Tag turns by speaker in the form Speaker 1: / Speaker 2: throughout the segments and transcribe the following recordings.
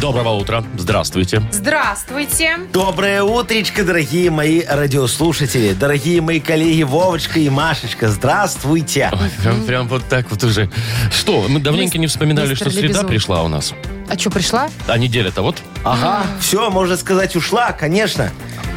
Speaker 1: Доброго утра. Здравствуйте.
Speaker 2: Здравствуйте.
Speaker 3: Доброе утречко, дорогие мои радиослушатели, дорогие мои коллеги Вовочка и Машечка. Здравствуйте.
Speaker 1: Ой, Прям, прям вот так вот уже. Что, мы давненько не вспоминали,
Speaker 2: мистер
Speaker 1: что среда
Speaker 2: Лебезун.
Speaker 1: пришла у нас.
Speaker 2: А что, пришла?
Speaker 1: А неделя-то вот.
Speaker 3: Ага, все, можно сказать, ушла, конечно.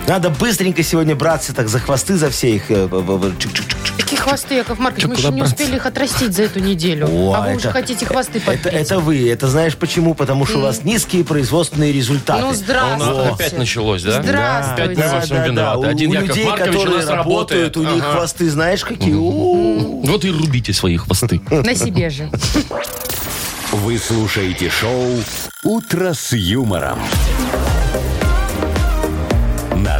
Speaker 3: Надо быстренько сегодня браться так за хвосты, за все их. э, б- б- б- чик-чик-чик-чик.
Speaker 2: Какие хвосты, Яков Маркович?
Speaker 1: Чё,
Speaker 2: мы
Speaker 1: куда
Speaker 2: еще не
Speaker 1: браться?
Speaker 2: успели их отрастить за эту неделю.
Speaker 3: О,
Speaker 2: а вы
Speaker 3: это-
Speaker 2: уже хотите хвосты
Speaker 3: Это,
Speaker 2: подпилить.
Speaker 3: это вы, это знаешь почему? Потому что у вас низкие производственные результаты.
Speaker 2: Ну,
Speaker 1: А у нас
Speaker 2: здравствуйте.
Speaker 1: опять началось, да?
Speaker 2: Здравствуйте.
Speaker 1: Опять мы во всем виноваты.
Speaker 3: У,
Speaker 1: Один
Speaker 3: у
Speaker 1: Яков
Speaker 3: людей,
Speaker 1: Маркович у
Speaker 3: которые
Speaker 1: нас работает.
Speaker 3: работают, у них
Speaker 1: Ага.
Speaker 3: хвосты, знаешь, какие? У-у-у.
Speaker 1: Вот и рубите свои хвосты.
Speaker 2: На себе же.
Speaker 4: Вы слушаете шоу «Утро с юмором». На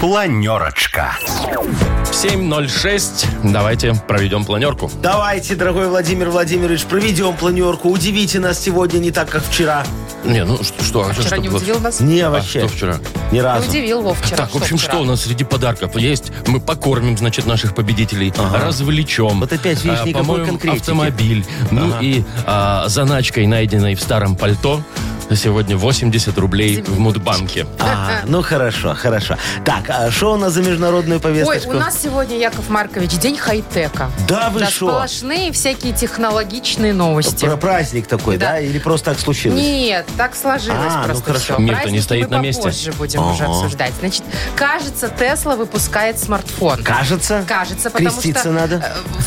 Speaker 4: Планерочка.
Speaker 1: 7.06. Давайте проведем планерку.
Speaker 3: Давайте, дорогой Владимир Владимирович, проведем планерку. Удивите нас сегодня не так, как вчера.
Speaker 1: Не, ну что, что, а
Speaker 2: Вчера
Speaker 1: что
Speaker 2: не
Speaker 1: было?
Speaker 2: удивил вас?
Speaker 3: Не,
Speaker 1: А
Speaker 3: вообще,
Speaker 1: что вчера?
Speaker 3: ни
Speaker 2: Не
Speaker 3: разу.
Speaker 2: удивил Вов вчера.
Speaker 1: Так, в общем,
Speaker 2: вчера?
Speaker 1: что у нас среди подарков есть? Мы покормим, значит, наших победителей, развлечем.
Speaker 3: Вот опять, видишь,
Speaker 1: а,
Speaker 3: никакой
Speaker 1: помоем
Speaker 3: конкретики.
Speaker 1: автомобиль. Ну и а, заначкой, найденной в старом пальто, сегодня 80 рублей в Мудбанке.
Speaker 3: А, ну хорошо, хорошо. Так, а что у нас за международную
Speaker 2: Ой,
Speaker 3: повесточку?
Speaker 2: у нас сегодня, Яков Маркович, день хай-тека.
Speaker 3: Да вы
Speaker 2: да,
Speaker 3: что?
Speaker 2: сплошные всякие технологичные новости.
Speaker 3: Про праздник такой, да?
Speaker 2: Да.
Speaker 3: Или просто так случилось?
Speaker 2: Нет, так сложилось
Speaker 3: А, ну
Speaker 2: просто
Speaker 3: хорошо.
Speaker 2: все.
Speaker 1: Мир-то не стоит на месте.
Speaker 2: Позже будем уже обсуждать. Значит, кажется, Тесла выпускает смартфон.
Speaker 3: Кажется?
Speaker 2: Кажется, потому
Speaker 3: Креститься
Speaker 2: что
Speaker 3: надо?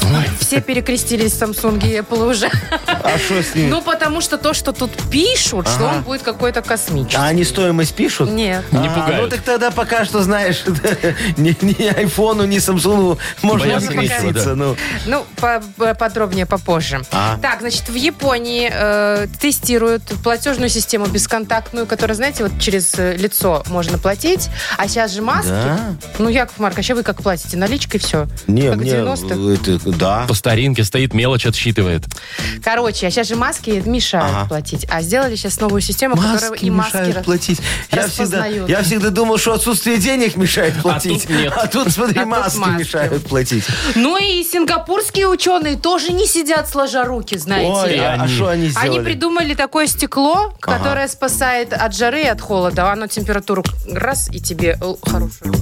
Speaker 2: э, все перекрестились Samsung и Apple уже.
Speaker 3: А что с ним?
Speaker 2: Ну, потому что то, что тут пишут, что
Speaker 3: Ага.
Speaker 2: он будет какой-то космический.
Speaker 3: А они стоимость пишут?
Speaker 2: Нет.
Speaker 1: Не
Speaker 3: А,
Speaker 1: пугают.
Speaker 3: Ну так тогда пока что, знаешь, ни, ни айфону, ни самсунгу можно
Speaker 1: Бояться
Speaker 3: не
Speaker 1: нечего, да.
Speaker 3: креститься, ну.
Speaker 2: Ну, по- по- подробнее попозже.
Speaker 3: А.
Speaker 2: Так, значит, в Японии э, тестируют платежную систему бесконтактную, которая, знаете, вот через э, лицо можно платить. А сейчас же маски.
Speaker 3: Да?
Speaker 2: Ну, Яков Маркович, а вы как платите? Наличкой все?
Speaker 3: Не,
Speaker 2: как в
Speaker 3: мне...
Speaker 2: 90-х?
Speaker 3: это, да.
Speaker 1: По старинке стоит, мелочь отсчитывает.
Speaker 2: Короче, а сейчас же маски мешают
Speaker 3: Ага.
Speaker 2: платить. А сделали сейчас новую систему, которая и маски...
Speaker 3: мешают
Speaker 2: рас-
Speaker 3: платить. Я всегда,
Speaker 2: распознают.
Speaker 3: я всегда думал, что отсутствие денег мешает платить.
Speaker 1: тут нет.
Speaker 3: А тут, смотри,
Speaker 2: А тут
Speaker 3: маски,
Speaker 2: маски.
Speaker 3: мешают платить.
Speaker 2: Ну и сингапурские ученые тоже не сидят сложа руки, знаете
Speaker 3: Ой,
Speaker 2: ли.
Speaker 3: а
Speaker 1: они-
Speaker 3: что они сделали?
Speaker 2: Они придумали такое стекло, которое спасает от жары и от холода. Оно температуру раз и тебе л- хорошую.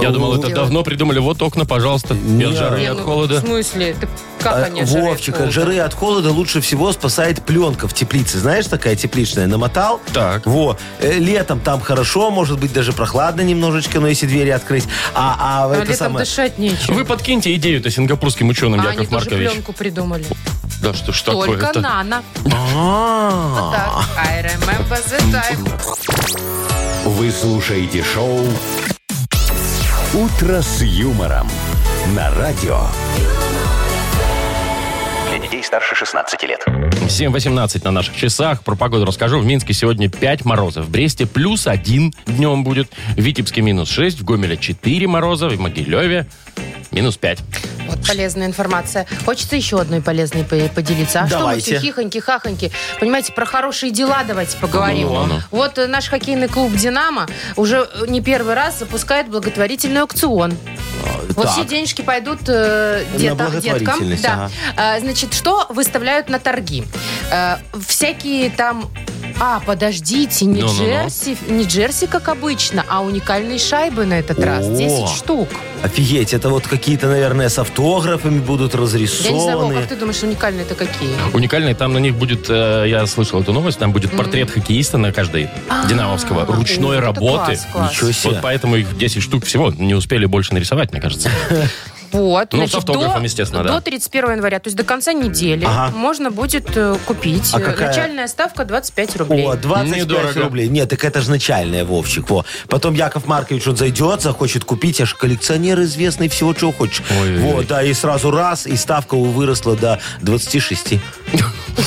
Speaker 1: Я думал, это
Speaker 2: Делать.
Speaker 1: давно придумали. Вот окна, пожалуйста. И от жары, и
Speaker 2: Не,
Speaker 1: от
Speaker 2: ну,
Speaker 1: холода.
Speaker 2: В смысле? Ты как
Speaker 3: А,
Speaker 2: они от жары и от
Speaker 3: Вовчик, от
Speaker 2: холода?
Speaker 3: жары от холода лучше всего спасает пленка в теплице. Знаешь, такая тепличная? Намотал?
Speaker 1: Так.
Speaker 3: Во. Э, Летом там хорошо, может быть, даже прохладно немножечко, но если двери открыть. А, а,
Speaker 2: А
Speaker 3: это
Speaker 2: летом
Speaker 3: самое...
Speaker 2: дышать нечем.
Speaker 1: Вы подкиньте идею-то сингапурским ученым,
Speaker 2: ну, а они
Speaker 1: Яков
Speaker 2: тоже
Speaker 1: Маркович.
Speaker 2: пленку придумали.
Speaker 1: Да что ж такое
Speaker 2: Только нано.
Speaker 3: А,
Speaker 2: Так, I remember the time.
Speaker 4: Вы слушаете шоу «Утро с юмором» на радио. Для детей старше 16 лет.
Speaker 1: 7.18 на наших часах. Про погоду расскажу. В Минске сегодня 5 морозов. В Бресте плюс 1 днем будет. В Витебске минус 6. В Гомеле 4 мороза. В Могилеве минус 5.
Speaker 2: Вот полезная информация. Хочется еще одной полезной по- поделиться. А что
Speaker 3: Давайте.
Speaker 2: мы все хихоньки, хахоньки? Понимаете, про хорошие дела давайте поговорим.
Speaker 1: Ну, ну, ну.
Speaker 2: Вот э, наш хоккейный клуб «Динамо» уже э, не первый раз запускает благотворительный аукцион. Вот
Speaker 3: так.
Speaker 2: все денежки пойдут э, дета- деткам.
Speaker 3: благотворительность,
Speaker 2: Да. Э, значит, что выставляют на торги? Э, всякие там... А, подождите, не
Speaker 1: Ну-ну-ну.
Speaker 2: джерси, не джерси, как обычно, а уникальные шайбы на этот раз.
Speaker 3: О.
Speaker 2: 10 штук.
Speaker 3: Офигеть, это вот какие-то, наверное, с автографами будут
Speaker 2: Я не знаю, Вов,
Speaker 3: разрисованы.
Speaker 2: как ты думаешь, уникальные это какие?
Speaker 1: Уникальный там на них будет, э, я слышал эту новость, там будет портрет хоккеиста на каждой динамовского
Speaker 2: А,
Speaker 1: ручной
Speaker 2: вот это
Speaker 1: работы.
Speaker 2: класс, класс.
Speaker 3: Ничего себе.
Speaker 1: Вот поэтому их 10 штук всего. Не успели больше нарисовать, мне кажется.
Speaker 2: Вот.
Speaker 1: Ну, с автографом, естественно, да.
Speaker 2: До 31 января, то есть до конца недели,
Speaker 3: Ага.
Speaker 2: можно будет э, купить.
Speaker 3: А
Speaker 2: Э,
Speaker 3: какая?
Speaker 2: Начальная ставка 25 рублей.
Speaker 3: О, 25
Speaker 1: Недорого.
Speaker 3: рублей. Нет, так это же начальное, Вовчик. Во. Потом Яков Маркович, он зайдет, захочет купить, аж коллекционер известный, всего чего хочешь.
Speaker 1: Ой-ой-ой.
Speaker 3: вот, да, и сразу раз, и ставка выросла до 26.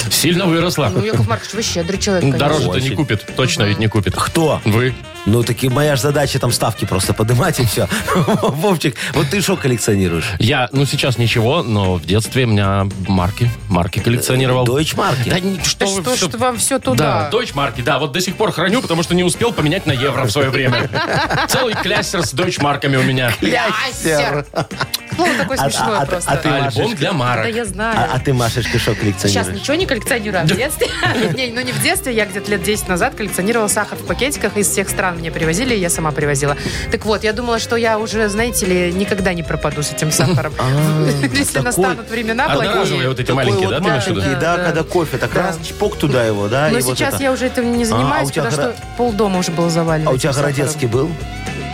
Speaker 1: Сильно выросла.
Speaker 2: Ну, Яков Ну, Маркович, вы щедрый человек, конечно.
Speaker 1: Дороже-то не
Speaker 3: Очень.
Speaker 1: купит. Точно ведь не купит.
Speaker 3: Кто?
Speaker 1: Вы.
Speaker 3: Ну, так и моя же задача там ставки просто поднимать и все. Вовчик, вот ты что коллекционируешь?
Speaker 1: Я, ну, сейчас ничего, но в детстве у меня марки, марки коллекционировал.
Speaker 3: Дойчмарки?
Speaker 1: Да ни- что
Speaker 2: Да
Speaker 1: вы,
Speaker 2: что
Speaker 1: всё-
Speaker 2: ж вам все
Speaker 1: Да,
Speaker 2: туда?
Speaker 1: дойчмарки, да, вот до сих пор храню, потому что не успел поменять на евро в свое время. Целый клястер с дойчмарками у меня.
Speaker 2: Ляся! Слово такое
Speaker 3: А-
Speaker 2: смешное
Speaker 3: а- а-
Speaker 2: просто.
Speaker 3: а ты-
Speaker 1: Альбом
Speaker 3: Машечка.
Speaker 1: для
Speaker 2: Да
Speaker 1: марок.
Speaker 2: я знаю.
Speaker 3: А, а ты, Машечка, что
Speaker 2: Сейчас
Speaker 3: коллекционируешь?
Speaker 2: ничего не коллекционирую, а в детстве. Не, ну не в детстве, я где-то лет 10 назад коллекционировала сахар в пакетиках. Из всех стран мне привозили, и я сама привозила. Так вот, я думала, что я уже, знаете ли, никогда не пропаду с этим сахаром. Если
Speaker 3: А, такой-
Speaker 2: настанут времена
Speaker 1: Одноразовые
Speaker 2: благие.
Speaker 1: вот эти
Speaker 3: Такой
Speaker 1: маленькие,
Speaker 3: вот
Speaker 1: да, ты имеешь в виду?
Speaker 3: маленький,
Speaker 2: Да,
Speaker 3: да,
Speaker 2: да.
Speaker 3: когда кофе, так раз, чпок туда его, да,
Speaker 2: Но
Speaker 3: и вот
Speaker 2: сейчас
Speaker 3: это.
Speaker 2: я уже этим не
Speaker 3: А,
Speaker 2: занимаюсь,
Speaker 3: у тебя
Speaker 2: потому
Speaker 3: гра-
Speaker 2: что полдома уже было завалено.
Speaker 3: А у тебя
Speaker 2: этим сахаром.
Speaker 3: Городецкий был?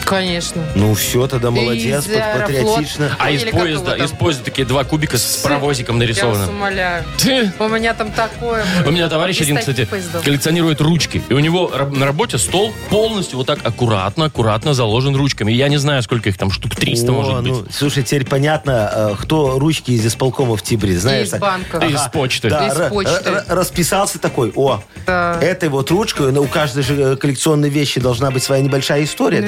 Speaker 2: Конечно.
Speaker 3: Ну все, тогда молодец,
Speaker 2: из Аэрофлот.
Speaker 3: патриотично.
Speaker 1: А из
Speaker 2: Или как его
Speaker 1: поезда,
Speaker 2: там?
Speaker 1: из поезда такие два кубика с паровозиком
Speaker 2: Я вас
Speaker 1: нарисовано.
Speaker 2: умоляю.
Speaker 1: Ты-
Speaker 2: У меня там такое. было.
Speaker 1: У меня товарищ
Speaker 2: Из
Speaker 1: один,
Speaker 2: таких
Speaker 1: кстати,
Speaker 2: поездов.
Speaker 1: коллекционирует ручки. И у него раб- на работе стол полностью вот так аккуратно, аккуратно заложен ручками. И Я не знаю, сколько их там, штук 300
Speaker 3: О,
Speaker 1: может быть.
Speaker 3: ну, слушай, теперь понятно, э, кто ручки из исполкома в Тибре, знаешь.
Speaker 2: Из
Speaker 3: так,
Speaker 2: банка.
Speaker 1: Да, Из почты.
Speaker 3: Да,
Speaker 2: Из
Speaker 3: ра-
Speaker 2: почты.
Speaker 3: ра- ра- расписался такой, о,
Speaker 2: Да.
Speaker 3: ну, э,
Speaker 2: Интенционный.
Speaker 3: говорит,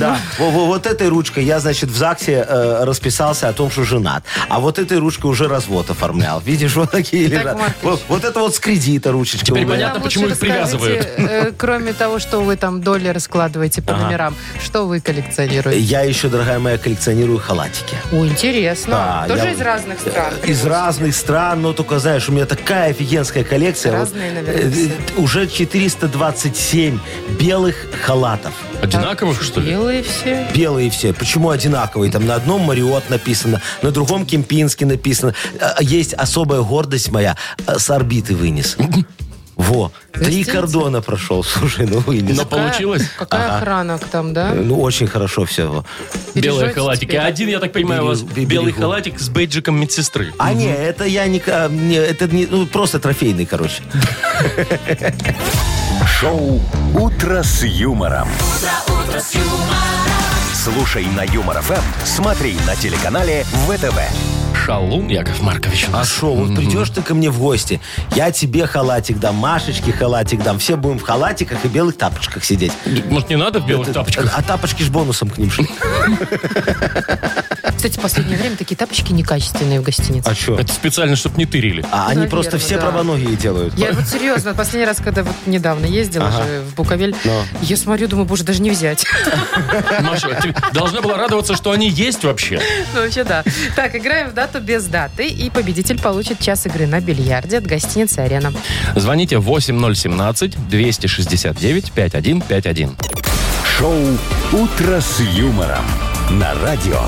Speaker 3: да, во- во- вот этой ручкой я, значит, в ЗАГСе э, расписался о том, что женат, а вот этой ручкой уже развод оформлял. Видишь, вот такие
Speaker 2: Итак,
Speaker 3: лежат.
Speaker 2: Маркович.
Speaker 3: Вот, вот это вот с кредита ручечка.
Speaker 1: Теперь
Speaker 3: у меня.
Speaker 2: Вы
Speaker 1: понятно,
Speaker 2: нам
Speaker 1: почему
Speaker 2: лучше
Speaker 1: их привязывают.
Speaker 2: расскажите, э, кроме того, что вы там доли раскладываете по номерам, что вы коллекционируете?
Speaker 3: Я еще, дорогая моя, коллекционирую халатики.
Speaker 1: Э,
Speaker 2: О, интересно.
Speaker 3: Да,
Speaker 2: Тоже
Speaker 3: я-
Speaker 2: из разных стран.
Speaker 3: Э, Из разных стран, но только, знаешь, у меня такая офигенская коллекция. Вот,
Speaker 2: Разные, наверное,
Speaker 3: э,
Speaker 2: все.
Speaker 3: э, Уже 427 белых халатов.
Speaker 1: Одинаковых, что ли?
Speaker 2: Белые все.
Speaker 3: Белые все. Почему одинаковые? Там на одном Мариот написано, на другом Кемпинске написано. А, Есть особая гордость моя. а, С орбиты вынес. Во. Три
Speaker 2: Простите?
Speaker 3: кордона прошел. Слушай, ну вынес.
Speaker 1: Но получилось. Э,
Speaker 2: Какая охрана там, да?
Speaker 3: Ну, очень хорошо все.
Speaker 1: Белые
Speaker 2: Бережете
Speaker 1: халатики.
Speaker 2: теперь?
Speaker 1: Один, я так понимаю, у вас
Speaker 3: Берегу, берегу.
Speaker 1: белый халатик с бейджиком медсестры.
Speaker 3: А не, это я не... а, не, Это не, ну, просто трофейный, короче.
Speaker 4: Шоу «Утро с юмором». Слушай на Юмор ФМ, смотри на телеканале ВТВ.
Speaker 1: Шалун Яков Маркович. у
Speaker 3: А
Speaker 1: нас.
Speaker 3: шо, вот придешь ты ко мне в гости, я тебе халатик дам, Машечке халатик дам. Все будем в халатиках и белых тапочках сидеть.
Speaker 1: Может, не надо в белых тапочках?
Speaker 3: А тапочки ж бонусом к ним шли.
Speaker 2: А, Кстати, в последнее время такие тапочки некачественные в
Speaker 1: А
Speaker 2: гостинице.
Speaker 3: что?
Speaker 1: Это специально, чтобы не тырили.
Speaker 3: А они
Speaker 2: Наверное,
Speaker 3: просто все
Speaker 2: да.
Speaker 3: правоногие делают.
Speaker 2: Я вот серьезно, последний раз, когда вот недавно ездила же в Буковель,
Speaker 3: Но.
Speaker 2: я смотрю, думаю, боже, даже не взять.
Speaker 1: Маша, ты должна была радоваться, что они есть вообще.
Speaker 2: Ну, вообще, да. Так, играем в дату без даты, и победитель получит час игры на бильярде от гостиницы «Арена».
Speaker 1: Звоните 8017-269-5151.
Speaker 4: Шоу «Утро с юмором» на радио.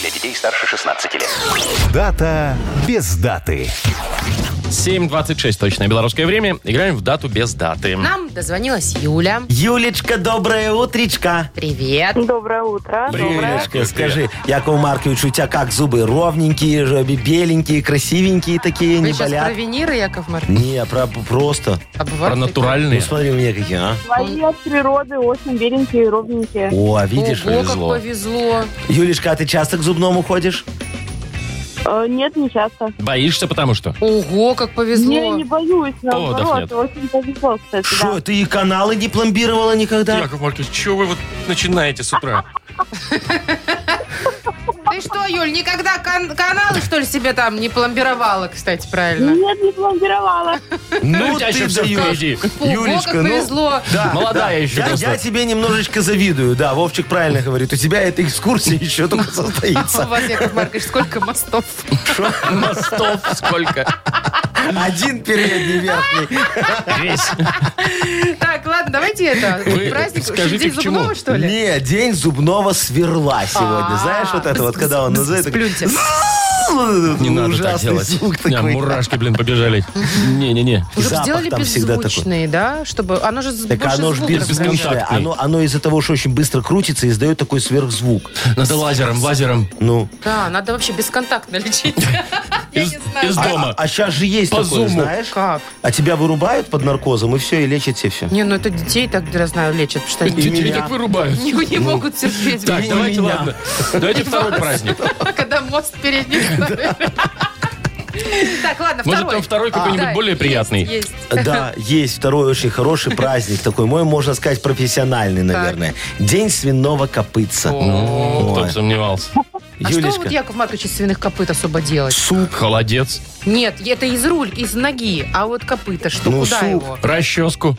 Speaker 4: Для детей старше 16 лет. Дата без даты.
Speaker 1: 7.26 точное белорусское время. Играем в дату без даты.
Speaker 2: Нам дозвонилась Юля.
Speaker 3: Юлечка, доброе утречко.
Speaker 2: Привет.
Speaker 5: Доброе утро. Доброе.
Speaker 3: Юлечка, скажи, Яков Маркович, у тебя как зубы? Ровненькие, же, беленькие, красивенькие такие,
Speaker 2: Вы
Speaker 3: не
Speaker 2: сейчас про
Speaker 3: болят?
Speaker 2: виниры, Яков Маркович?
Speaker 3: Не, а про- просто.
Speaker 2: А
Speaker 1: Про
Speaker 2: бывают такие?
Speaker 3: Ну
Speaker 1: натуральные.
Speaker 3: смотри, у меня какие, а.
Speaker 5: Твои от природы очень беленькие и ровненькие.
Speaker 3: О, а видишь?
Speaker 2: Ого, как
Speaker 1: повезло.
Speaker 2: повезло.
Speaker 3: Юлечка, а ты часто к зубному ходишь?
Speaker 5: Э, нет, не часто.
Speaker 1: Боишься, потому что?
Speaker 2: Ого, как повезло.
Speaker 5: Не, не боюсь,
Speaker 1: Поводов
Speaker 5: наоборот.
Speaker 1: нет.
Speaker 5: очень повезло, кстати,
Speaker 3: Что, ты и каналы не пломбировала никогда?
Speaker 1: Яков Маркович, что вы вот начинаете с утра?
Speaker 2: Ты что, Юль, никогда кан- каналы, что ли, себе там не пломбировала, кстати,
Speaker 5: да.
Speaker 2: правильно?
Speaker 5: Нет, не планировала.
Speaker 1: Ну, у тебя еще все
Speaker 3: даешь.
Speaker 1: впереди.
Speaker 2: Ого,
Speaker 3: Юлечка,
Speaker 2: как
Speaker 3: ну,
Speaker 2: повезло.
Speaker 3: да,
Speaker 1: Молодая еще
Speaker 3: Я,
Speaker 1: просто.
Speaker 3: я тебе немножечко завидую, да, Вовчик правильно говорит. У тебя эта экскурсия еще только
Speaker 2: У
Speaker 3: состоится.
Speaker 2: вас, Яков Маркович, сколько мостов.
Speaker 1: Мостов сколько?
Speaker 3: Один передний, верхний.
Speaker 1: Весь.
Speaker 2: Так, ладно, давайте это.
Speaker 1: Вы
Speaker 2: Праздник
Speaker 1: скажите,
Speaker 2: День
Speaker 1: к чему?
Speaker 2: зубного, что ли?
Speaker 3: Не, день зубного сверла сегодня.
Speaker 2: А,
Speaker 3: Знаешь, вот это вот, когда он называет... так,
Speaker 2: Сплюньте.
Speaker 3: «Ззз»,
Speaker 1: Не надо так
Speaker 3: Ну, ужасный
Speaker 1: делать.
Speaker 3: звук
Speaker 1: У меня
Speaker 3: такой.
Speaker 1: мурашки, блин, побежали. Не-не-не.
Speaker 3: И
Speaker 2: Уже бы
Speaker 3: запах
Speaker 2: сделали
Speaker 3: там всегда такой.
Speaker 2: беззвучные, да? Чтобы... Оно же
Speaker 3: Так
Speaker 2: больше
Speaker 3: оно же
Speaker 2: звука раздает.
Speaker 3: беззвучное.
Speaker 1: раздражает.
Speaker 3: Оно, оно из-за того, что очень быстро крутится, издает такой сверхзвук.
Speaker 1: Надо лазером, лазером.
Speaker 3: Ну,
Speaker 2: Да, надо вообще бесконтактно лечить. Я
Speaker 1: Из
Speaker 2: не знаю.
Speaker 1: из дома.
Speaker 3: А сейчас же есть
Speaker 1: По
Speaker 3: такое,
Speaker 1: зуму.
Speaker 3: знаешь?
Speaker 2: Как?
Speaker 3: А тебя вырубают под наркозом, и все, и лечат тебе все.
Speaker 2: Не, ну это детей так, я знаю, лечат, потому что они
Speaker 1: Детей
Speaker 3: меня.
Speaker 1: так вырубают.
Speaker 2: а, не, не могут терпеть.
Speaker 1: Ну, Так,
Speaker 3: И
Speaker 1: давайте,
Speaker 3: меня.
Speaker 1: ладно. Давайте второй праздник.
Speaker 2: Когда мост передний ставит. Так, ладно, второй. А,
Speaker 1: Может, там второй какой-нибудь
Speaker 2: Да,
Speaker 1: более
Speaker 2: есть,
Speaker 1: приятный?
Speaker 2: Есть.
Speaker 3: Да, есть второй очень хороший праздник, такой мой, можно сказать, профессиональный, наверное. День свиного копытца.
Speaker 1: Ну, кто бы сомневался.
Speaker 2: А что вот
Speaker 3: Юлечка,
Speaker 2: Яков Маркович из свиных копыт особо делать?
Speaker 3: суп,
Speaker 1: Холодец,
Speaker 2: Нет, это из руль, из ноги, а вот копыта, что,
Speaker 3: Ну,
Speaker 2: куда
Speaker 3: суп.
Speaker 2: его?
Speaker 1: расческу.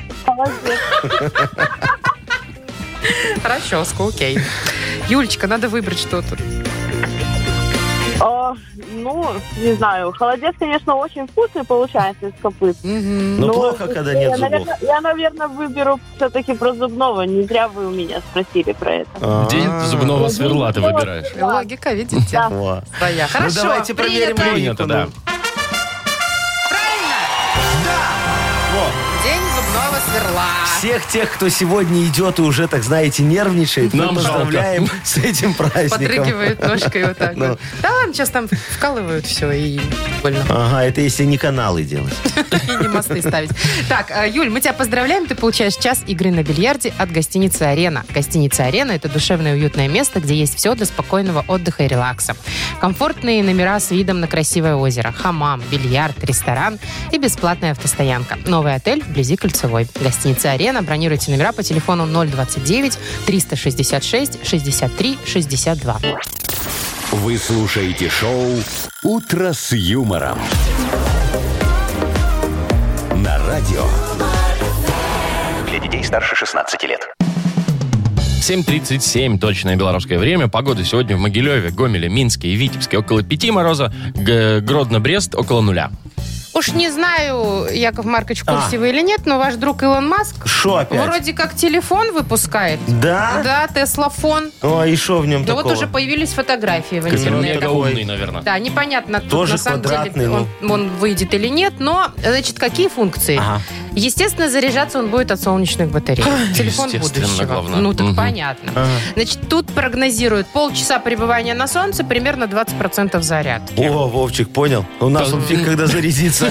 Speaker 2: Расческу, окей. Юлечка, надо выбрать что-то.
Speaker 5: Э, ну, не знаю. Холодец, конечно, очень вкусный получается из копыт.
Speaker 3: но
Speaker 5: Ну,
Speaker 3: плохо, когда нет
Speaker 5: я,
Speaker 3: зубов.
Speaker 5: наверное, я, наверное, выберу все-таки про зубного. Не зря вы у меня спросили про это.
Speaker 3: А.
Speaker 1: День зубного сверла ты выбираешь.
Speaker 2: Логика, видите,
Speaker 3: Во.
Speaker 2: своя. Хорошо,
Speaker 3: ну давайте проверим
Speaker 2: принято.
Speaker 1: Принято,
Speaker 3: логику.
Speaker 1: да.
Speaker 3: ну.
Speaker 2: Правильно! Да! День зубного сверла.
Speaker 3: Всех тех, кто сегодня идет и уже, так знаете, нервничает,
Speaker 1: Нам
Speaker 3: мы поздравляем с этим праздником.
Speaker 2: Подрыгивает ножкой вот так
Speaker 3: Ну. А.
Speaker 2: вот. Да ладно, сейчас там вкалывают все и больно.
Speaker 3: Ага, это если не каналы делать.
Speaker 2: И не мосты ставить. Так, э, Юль, мы тебя поздравляем. Ты получаешь час игры на бильярде от гостиницы «Арена». Гостиница «Арена» — это душевное уютное место, где есть все для спокойного отдыха и релакса. Комфортные номера с видом на красивое озеро, хамам, бильярд, ресторан и бесплатная автостоянка. Новый отель вблизи Кольцевой. Гостиница «Арена». Бронируйте номера по телефону 029 366 63 62.
Speaker 4: Вы слушаете шоу «Утро с юмором». На радио. Для детей старше 16 лет.
Speaker 1: 7.37, точное белорусское время. Погода сегодня в Могилеве, Гомеле, Минске и Витебске около 5 мороза, Г- Гродно-Брест около нуля.
Speaker 2: Уж не знаю, Яков Маркович, в курсе вы или нет, но ваш друг Илон Маск
Speaker 3: А. Шо опять?
Speaker 2: Вроде как телефон выпускает.
Speaker 3: Да?
Speaker 2: Да, Теслафон.
Speaker 3: О, и шо в нем
Speaker 2: Да
Speaker 3: такого?
Speaker 2: вот уже появились фотографии в
Speaker 1: Он
Speaker 2: интернете.
Speaker 1: мега умный, наверное.
Speaker 2: Да, непонятно, тут
Speaker 3: Тоже
Speaker 2: на самом
Speaker 3: квадратный, ну.
Speaker 2: деле он, он выйдет или нет, но, значит, какие функции?
Speaker 3: Ага.
Speaker 2: Естественно, заряжаться он будет от солнечных батарей. Телефон
Speaker 1: Естественно,
Speaker 2: будущего.
Speaker 1: главное.
Speaker 2: Ну, так
Speaker 1: Мгм.
Speaker 2: понятно. Значит, тут прогнозируют полчаса пребывания на солнце, примерно 20% заряд.
Speaker 3: О, Вовчик, понял. У нас он фиг когда зарядится.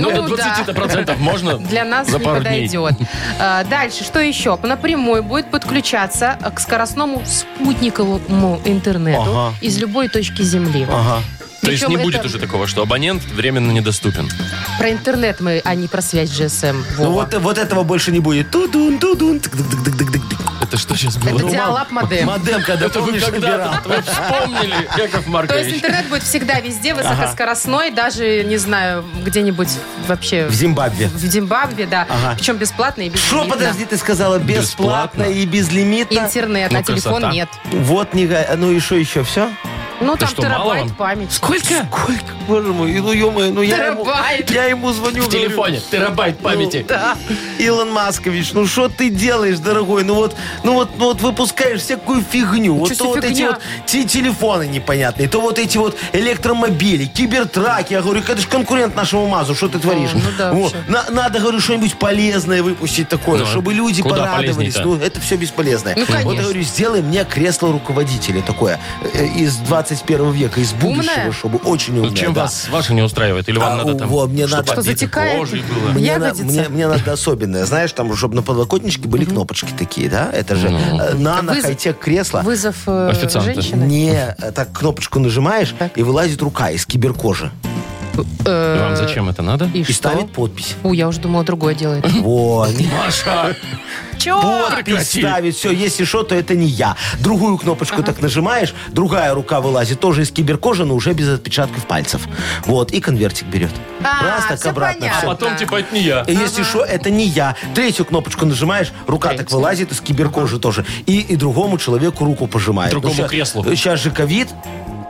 Speaker 1: Ну, до
Speaker 2: да.
Speaker 1: 20% можно
Speaker 2: Для нас
Speaker 1: за
Speaker 2: не
Speaker 1: пару дней.
Speaker 2: подойдет. А, Дальше, что еще? Напрямую будет подключаться к скоростному спутниковому интернету
Speaker 3: Ага.
Speaker 2: из любой точки Земли.
Speaker 3: Ага.
Speaker 1: То есть
Speaker 2: Причем
Speaker 1: не будет
Speaker 2: это
Speaker 1: уже такого, что абонент временно недоступен.
Speaker 2: Про интернет мы, а не про связь GSM.
Speaker 3: Ну
Speaker 2: Вова.
Speaker 3: вот, вот этого больше не будет. Тудун, тудун. тык-дык-дык-дык-дык-дык.
Speaker 1: Это что сейчас
Speaker 2: Это
Speaker 1: было?
Speaker 2: диалап модем.
Speaker 3: Модем, когда
Speaker 1: Это вы
Speaker 3: помнишь, выбирал.
Speaker 1: когда-то вы вспомнили, Яков
Speaker 2: То есть
Speaker 1: Маркович.
Speaker 2: интернет будет всегда везде, высокоскоростной, даже, не знаю, где-нибудь вообще...
Speaker 3: В Зимбабве.
Speaker 2: В Зимбабве, да.
Speaker 3: Ага.
Speaker 2: Причем бесплатно и безлимитно.
Speaker 3: Что, подожди, ты сказала
Speaker 1: Бесплатно.
Speaker 3: бесплатно, и безлимитно?
Speaker 2: Интернет,
Speaker 1: Ну,
Speaker 2: а телефон
Speaker 1: красота.
Speaker 2: нет.
Speaker 3: Вот, не га- ну и что еще, все?
Speaker 2: Ну, там
Speaker 1: что, мало
Speaker 2: терабайт
Speaker 1: вам?
Speaker 2: памяти.
Speaker 1: Сколько?
Speaker 3: Сколько, боже мой, и ну ё-моё, ну я ему,
Speaker 2: Терабайт.
Speaker 3: я ему звоню.
Speaker 1: В телефоне терабайт памяти.
Speaker 3: Ну, Да. Илон Маскович, ну что ты делаешь, дорогой? Ну вот, ну вот, ну вот выпускаешь всякую фигню.
Speaker 2: Чё
Speaker 3: Вот
Speaker 2: за
Speaker 3: то вот эти
Speaker 2: фигня?
Speaker 3: вот те телефоны непонятные, то вот эти вот электромобили, кибертраки. Я говорю, это же конкурент нашему МАЗу, что ты творишь?
Speaker 2: ну да,
Speaker 3: Во,
Speaker 2: вообще.
Speaker 3: на- надо, говорю, что-нибудь полезное выпустить такое,
Speaker 1: Ну,
Speaker 3: чтобы люди
Speaker 1: куда
Speaker 3: порадовались.
Speaker 1: полезней-то?
Speaker 3: Ну, это все бесполезное.
Speaker 2: Ну,
Speaker 3: вот
Speaker 2: конечно.
Speaker 3: я говорю, сделай мне кресло руководителя такое э, из 21 века, из будущего,
Speaker 2: Умное?
Speaker 3: чтобы очень умное.
Speaker 1: Ну, Чем
Speaker 3: да.
Speaker 1: вас ваше не устраивает? Или вам
Speaker 3: А,
Speaker 1: надо там...
Speaker 3: во, мне
Speaker 1: чтоб
Speaker 3: надо-
Speaker 2: Что,
Speaker 1: обито
Speaker 2: затекает?
Speaker 1: кожей было?
Speaker 3: мне, на-
Speaker 2: Ягодица?
Speaker 3: мне- мне надо особенное. Знаешь, там, чтобы на подлокотничке были кнопочки такие, да? Это же э, нано
Speaker 2: Вызов-
Speaker 3: хай-тек кресло.
Speaker 2: Вызов э,
Speaker 1: Официанты.
Speaker 2: женщины.
Speaker 3: Не, э, так кнопочку нажимаешь, и вылазит рука из киберкожи.
Speaker 2: Э,
Speaker 1: И Вам зачем это надо?
Speaker 3: И ставит подпись.
Speaker 2: У, я уже думала, другое делает.
Speaker 3: Вот.
Speaker 1: Маша!
Speaker 3: Подпись
Speaker 1: Прекрати.
Speaker 3: ставит. Все, если что, то это не я. Другую кнопочку так нажимаешь, другая рука вылазит, тоже из киберкожи, но уже без отпечатков пальцев. Вот, и конвертик берет.
Speaker 2: А,
Speaker 3: Раз, так
Speaker 2: всё
Speaker 3: обратно.
Speaker 2: понятно.
Speaker 3: всё.
Speaker 2: А
Speaker 1: Потом типа это не я.
Speaker 3: И Если что, это не я. Третью кнопочку нажимаешь, рука так вылазит из киберкожи тоже. И, и другому человеку руку пожимает.
Speaker 1: Другому
Speaker 3: щас-
Speaker 1: креслу.
Speaker 3: Сейчас же ковид.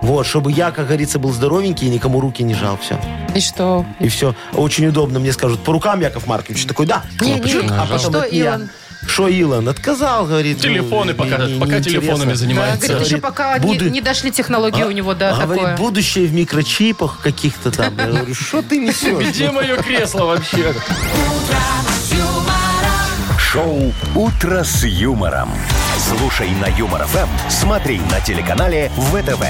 Speaker 3: Вот, чтобы я, как говорится, был здоровенький и никому руки не жал. Все.
Speaker 2: И что?
Speaker 3: И все. Очень удобно. Мне скажут, по рукам, Яков Маркович. Такой, да.
Speaker 2: Не, не,
Speaker 3: Чик, а
Speaker 2: нажал.
Speaker 3: потом
Speaker 2: Что
Speaker 3: это не я.
Speaker 2: Илон?
Speaker 3: Что Илон? Отказал, говорит. ну,
Speaker 1: Телефоны пока-
Speaker 3: не- не
Speaker 1: пока
Speaker 3: интересно.
Speaker 1: телефонами занимается.
Speaker 2: Говорит, еще
Speaker 3: Говорит,
Speaker 2: пока не,
Speaker 3: буду-
Speaker 2: не дошли технологии у него, да,
Speaker 3: А,
Speaker 2: такое.
Speaker 3: Говорит, будущее в микрочипах каких-то там. Я говорю, что ты несешь?
Speaker 1: Где мое кресло вообще?
Speaker 4: Шоу «Утро с юмором». Слушай на Юмор ФМ, смотри на телеканале ВТВ.